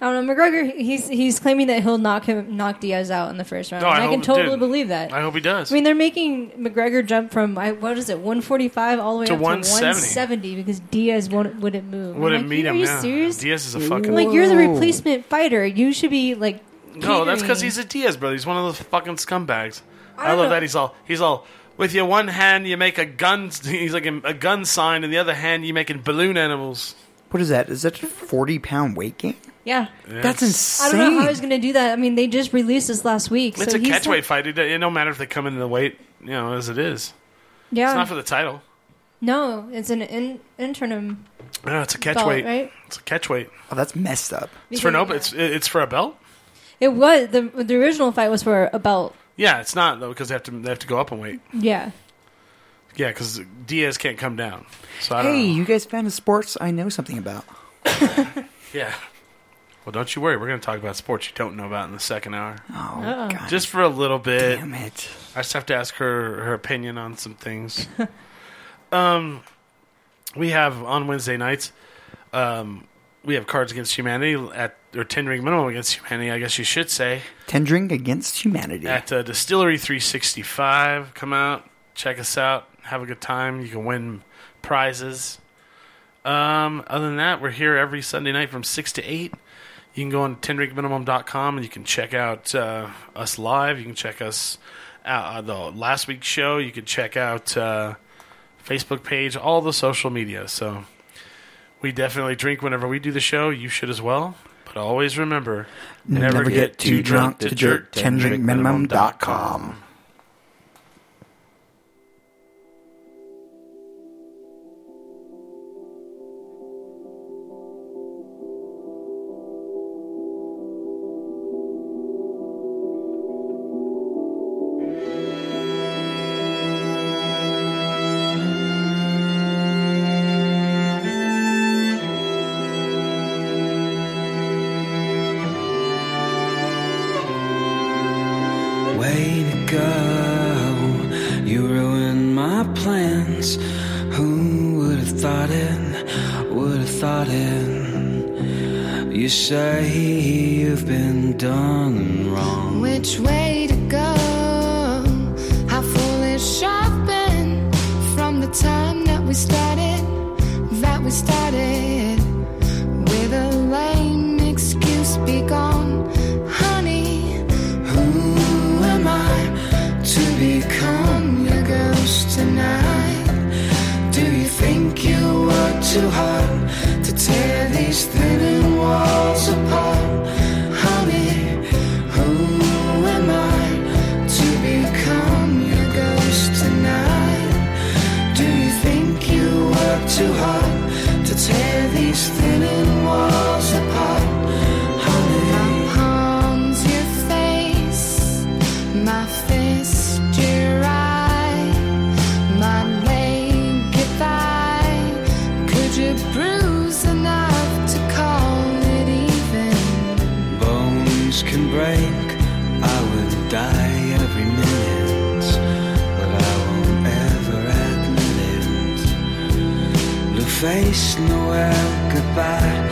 [SPEAKER 5] I don't know. McGregor. He's he's claiming that he'll knock him knock Diaz out in the first round.
[SPEAKER 2] No, I
[SPEAKER 5] and I
[SPEAKER 2] hope
[SPEAKER 5] can
[SPEAKER 2] it
[SPEAKER 5] totally
[SPEAKER 2] didn't.
[SPEAKER 5] believe that.
[SPEAKER 2] I hope he does.
[SPEAKER 5] I mean, they're making McGregor jump from I, what is it, 145 all the way
[SPEAKER 2] To
[SPEAKER 5] up
[SPEAKER 2] 170.
[SPEAKER 5] to 170 because Diaz won't, wouldn't move. I'm
[SPEAKER 2] Wouldn't
[SPEAKER 5] like,
[SPEAKER 2] meet him.
[SPEAKER 5] Are you
[SPEAKER 2] yeah.
[SPEAKER 5] serious?
[SPEAKER 2] Diaz is a fucking.
[SPEAKER 5] I'm like, you're the
[SPEAKER 3] Whoa.
[SPEAKER 5] replacement fighter. You should be like.
[SPEAKER 2] no, that's
[SPEAKER 5] catering.
[SPEAKER 2] because he's a Diaz brother. He's one of those fucking scumbags.
[SPEAKER 5] I
[SPEAKER 2] I,
[SPEAKER 5] don't
[SPEAKER 2] love
[SPEAKER 5] know.
[SPEAKER 2] that he's all he's all with your one hand you make a gun. He's like a, a gun sign, and the other hand you making balloon animals.
[SPEAKER 3] what is that? Is that a forty pound weight gain?
[SPEAKER 5] Yeah.
[SPEAKER 3] That's
[SPEAKER 5] I
[SPEAKER 3] insane.
[SPEAKER 5] don't know how he's going to do that. I mean, they just released this last week.
[SPEAKER 2] It's
[SPEAKER 5] so
[SPEAKER 2] a
[SPEAKER 5] he's
[SPEAKER 2] catchweight
[SPEAKER 5] like-
[SPEAKER 2] fight. It, it no matter if they come in the weight, you know, as it is.
[SPEAKER 5] Yeah.
[SPEAKER 2] It's not for the title.
[SPEAKER 5] no, it's an in, interim
[SPEAKER 2] No, it's a
[SPEAKER 5] belt,
[SPEAKER 2] catchweight.
[SPEAKER 5] right?
[SPEAKER 2] It's a catchweight.
[SPEAKER 3] oh, that's messed up.
[SPEAKER 2] It's for no.
[SPEAKER 5] Because-
[SPEAKER 2] It's it- it's for a belt.
[SPEAKER 5] It was. The, the original fight was for a belt.
[SPEAKER 2] Yeah, it's not though because they have to they have to go up in weight.
[SPEAKER 5] Yeah.
[SPEAKER 2] Yeah, because Diaz can't come down. So I don't
[SPEAKER 3] Hey,
[SPEAKER 2] know.
[SPEAKER 3] you guys fan of sports? I know something about.
[SPEAKER 2] Yeah. Well, don't you worry. We're going to talk about sports you don't know about in the second hour.
[SPEAKER 3] Oh
[SPEAKER 5] Uh-oh.
[SPEAKER 3] god,
[SPEAKER 2] Just for a little bit.
[SPEAKER 3] damn it!
[SPEAKER 2] I just have to ask her her opinion on some things. um, we have on Wednesday nights. Um, we have Cards Against Humanity at or Ten Ring Minimum Against Humanity. I guess you should say
[SPEAKER 3] Tendering against humanity.
[SPEAKER 2] at uh, Distillery 365. Come out, check us out, have a good time. You can win prizes. Um, other than that, we're here every Sunday night from 6 to 8. You can go on tendrinkminimum.com and you can check out uh, us live. You can check us out uh, the last week's show. You can check out uh, Facebook page, all the social media. So we definitely drink whenever we do the show. You should as well. But always remember,
[SPEAKER 3] Never, get, too, drunk, to jerk.
[SPEAKER 4] tendrinkminimum dot
[SPEAKER 3] TenderingMinimum.com.
[SPEAKER 6] Way to go. You ruined my plans. Who would have thought it? Would have thought it. You say you've been done wrong.
[SPEAKER 7] Which way to go? How foolish I've been from the time that we started, that we started with a lame excuse. Be gone, honey. Who am I to become your ghost tonight? Do you think you work too hard to tear these thinning walls apart? Honey, who am I to become your ghost tonight? Do you think you work too hard to tear these thinning
[SPEAKER 6] chains can break. I would die every minute, but I won't ever admit it. Blue face, Noel, goodbye.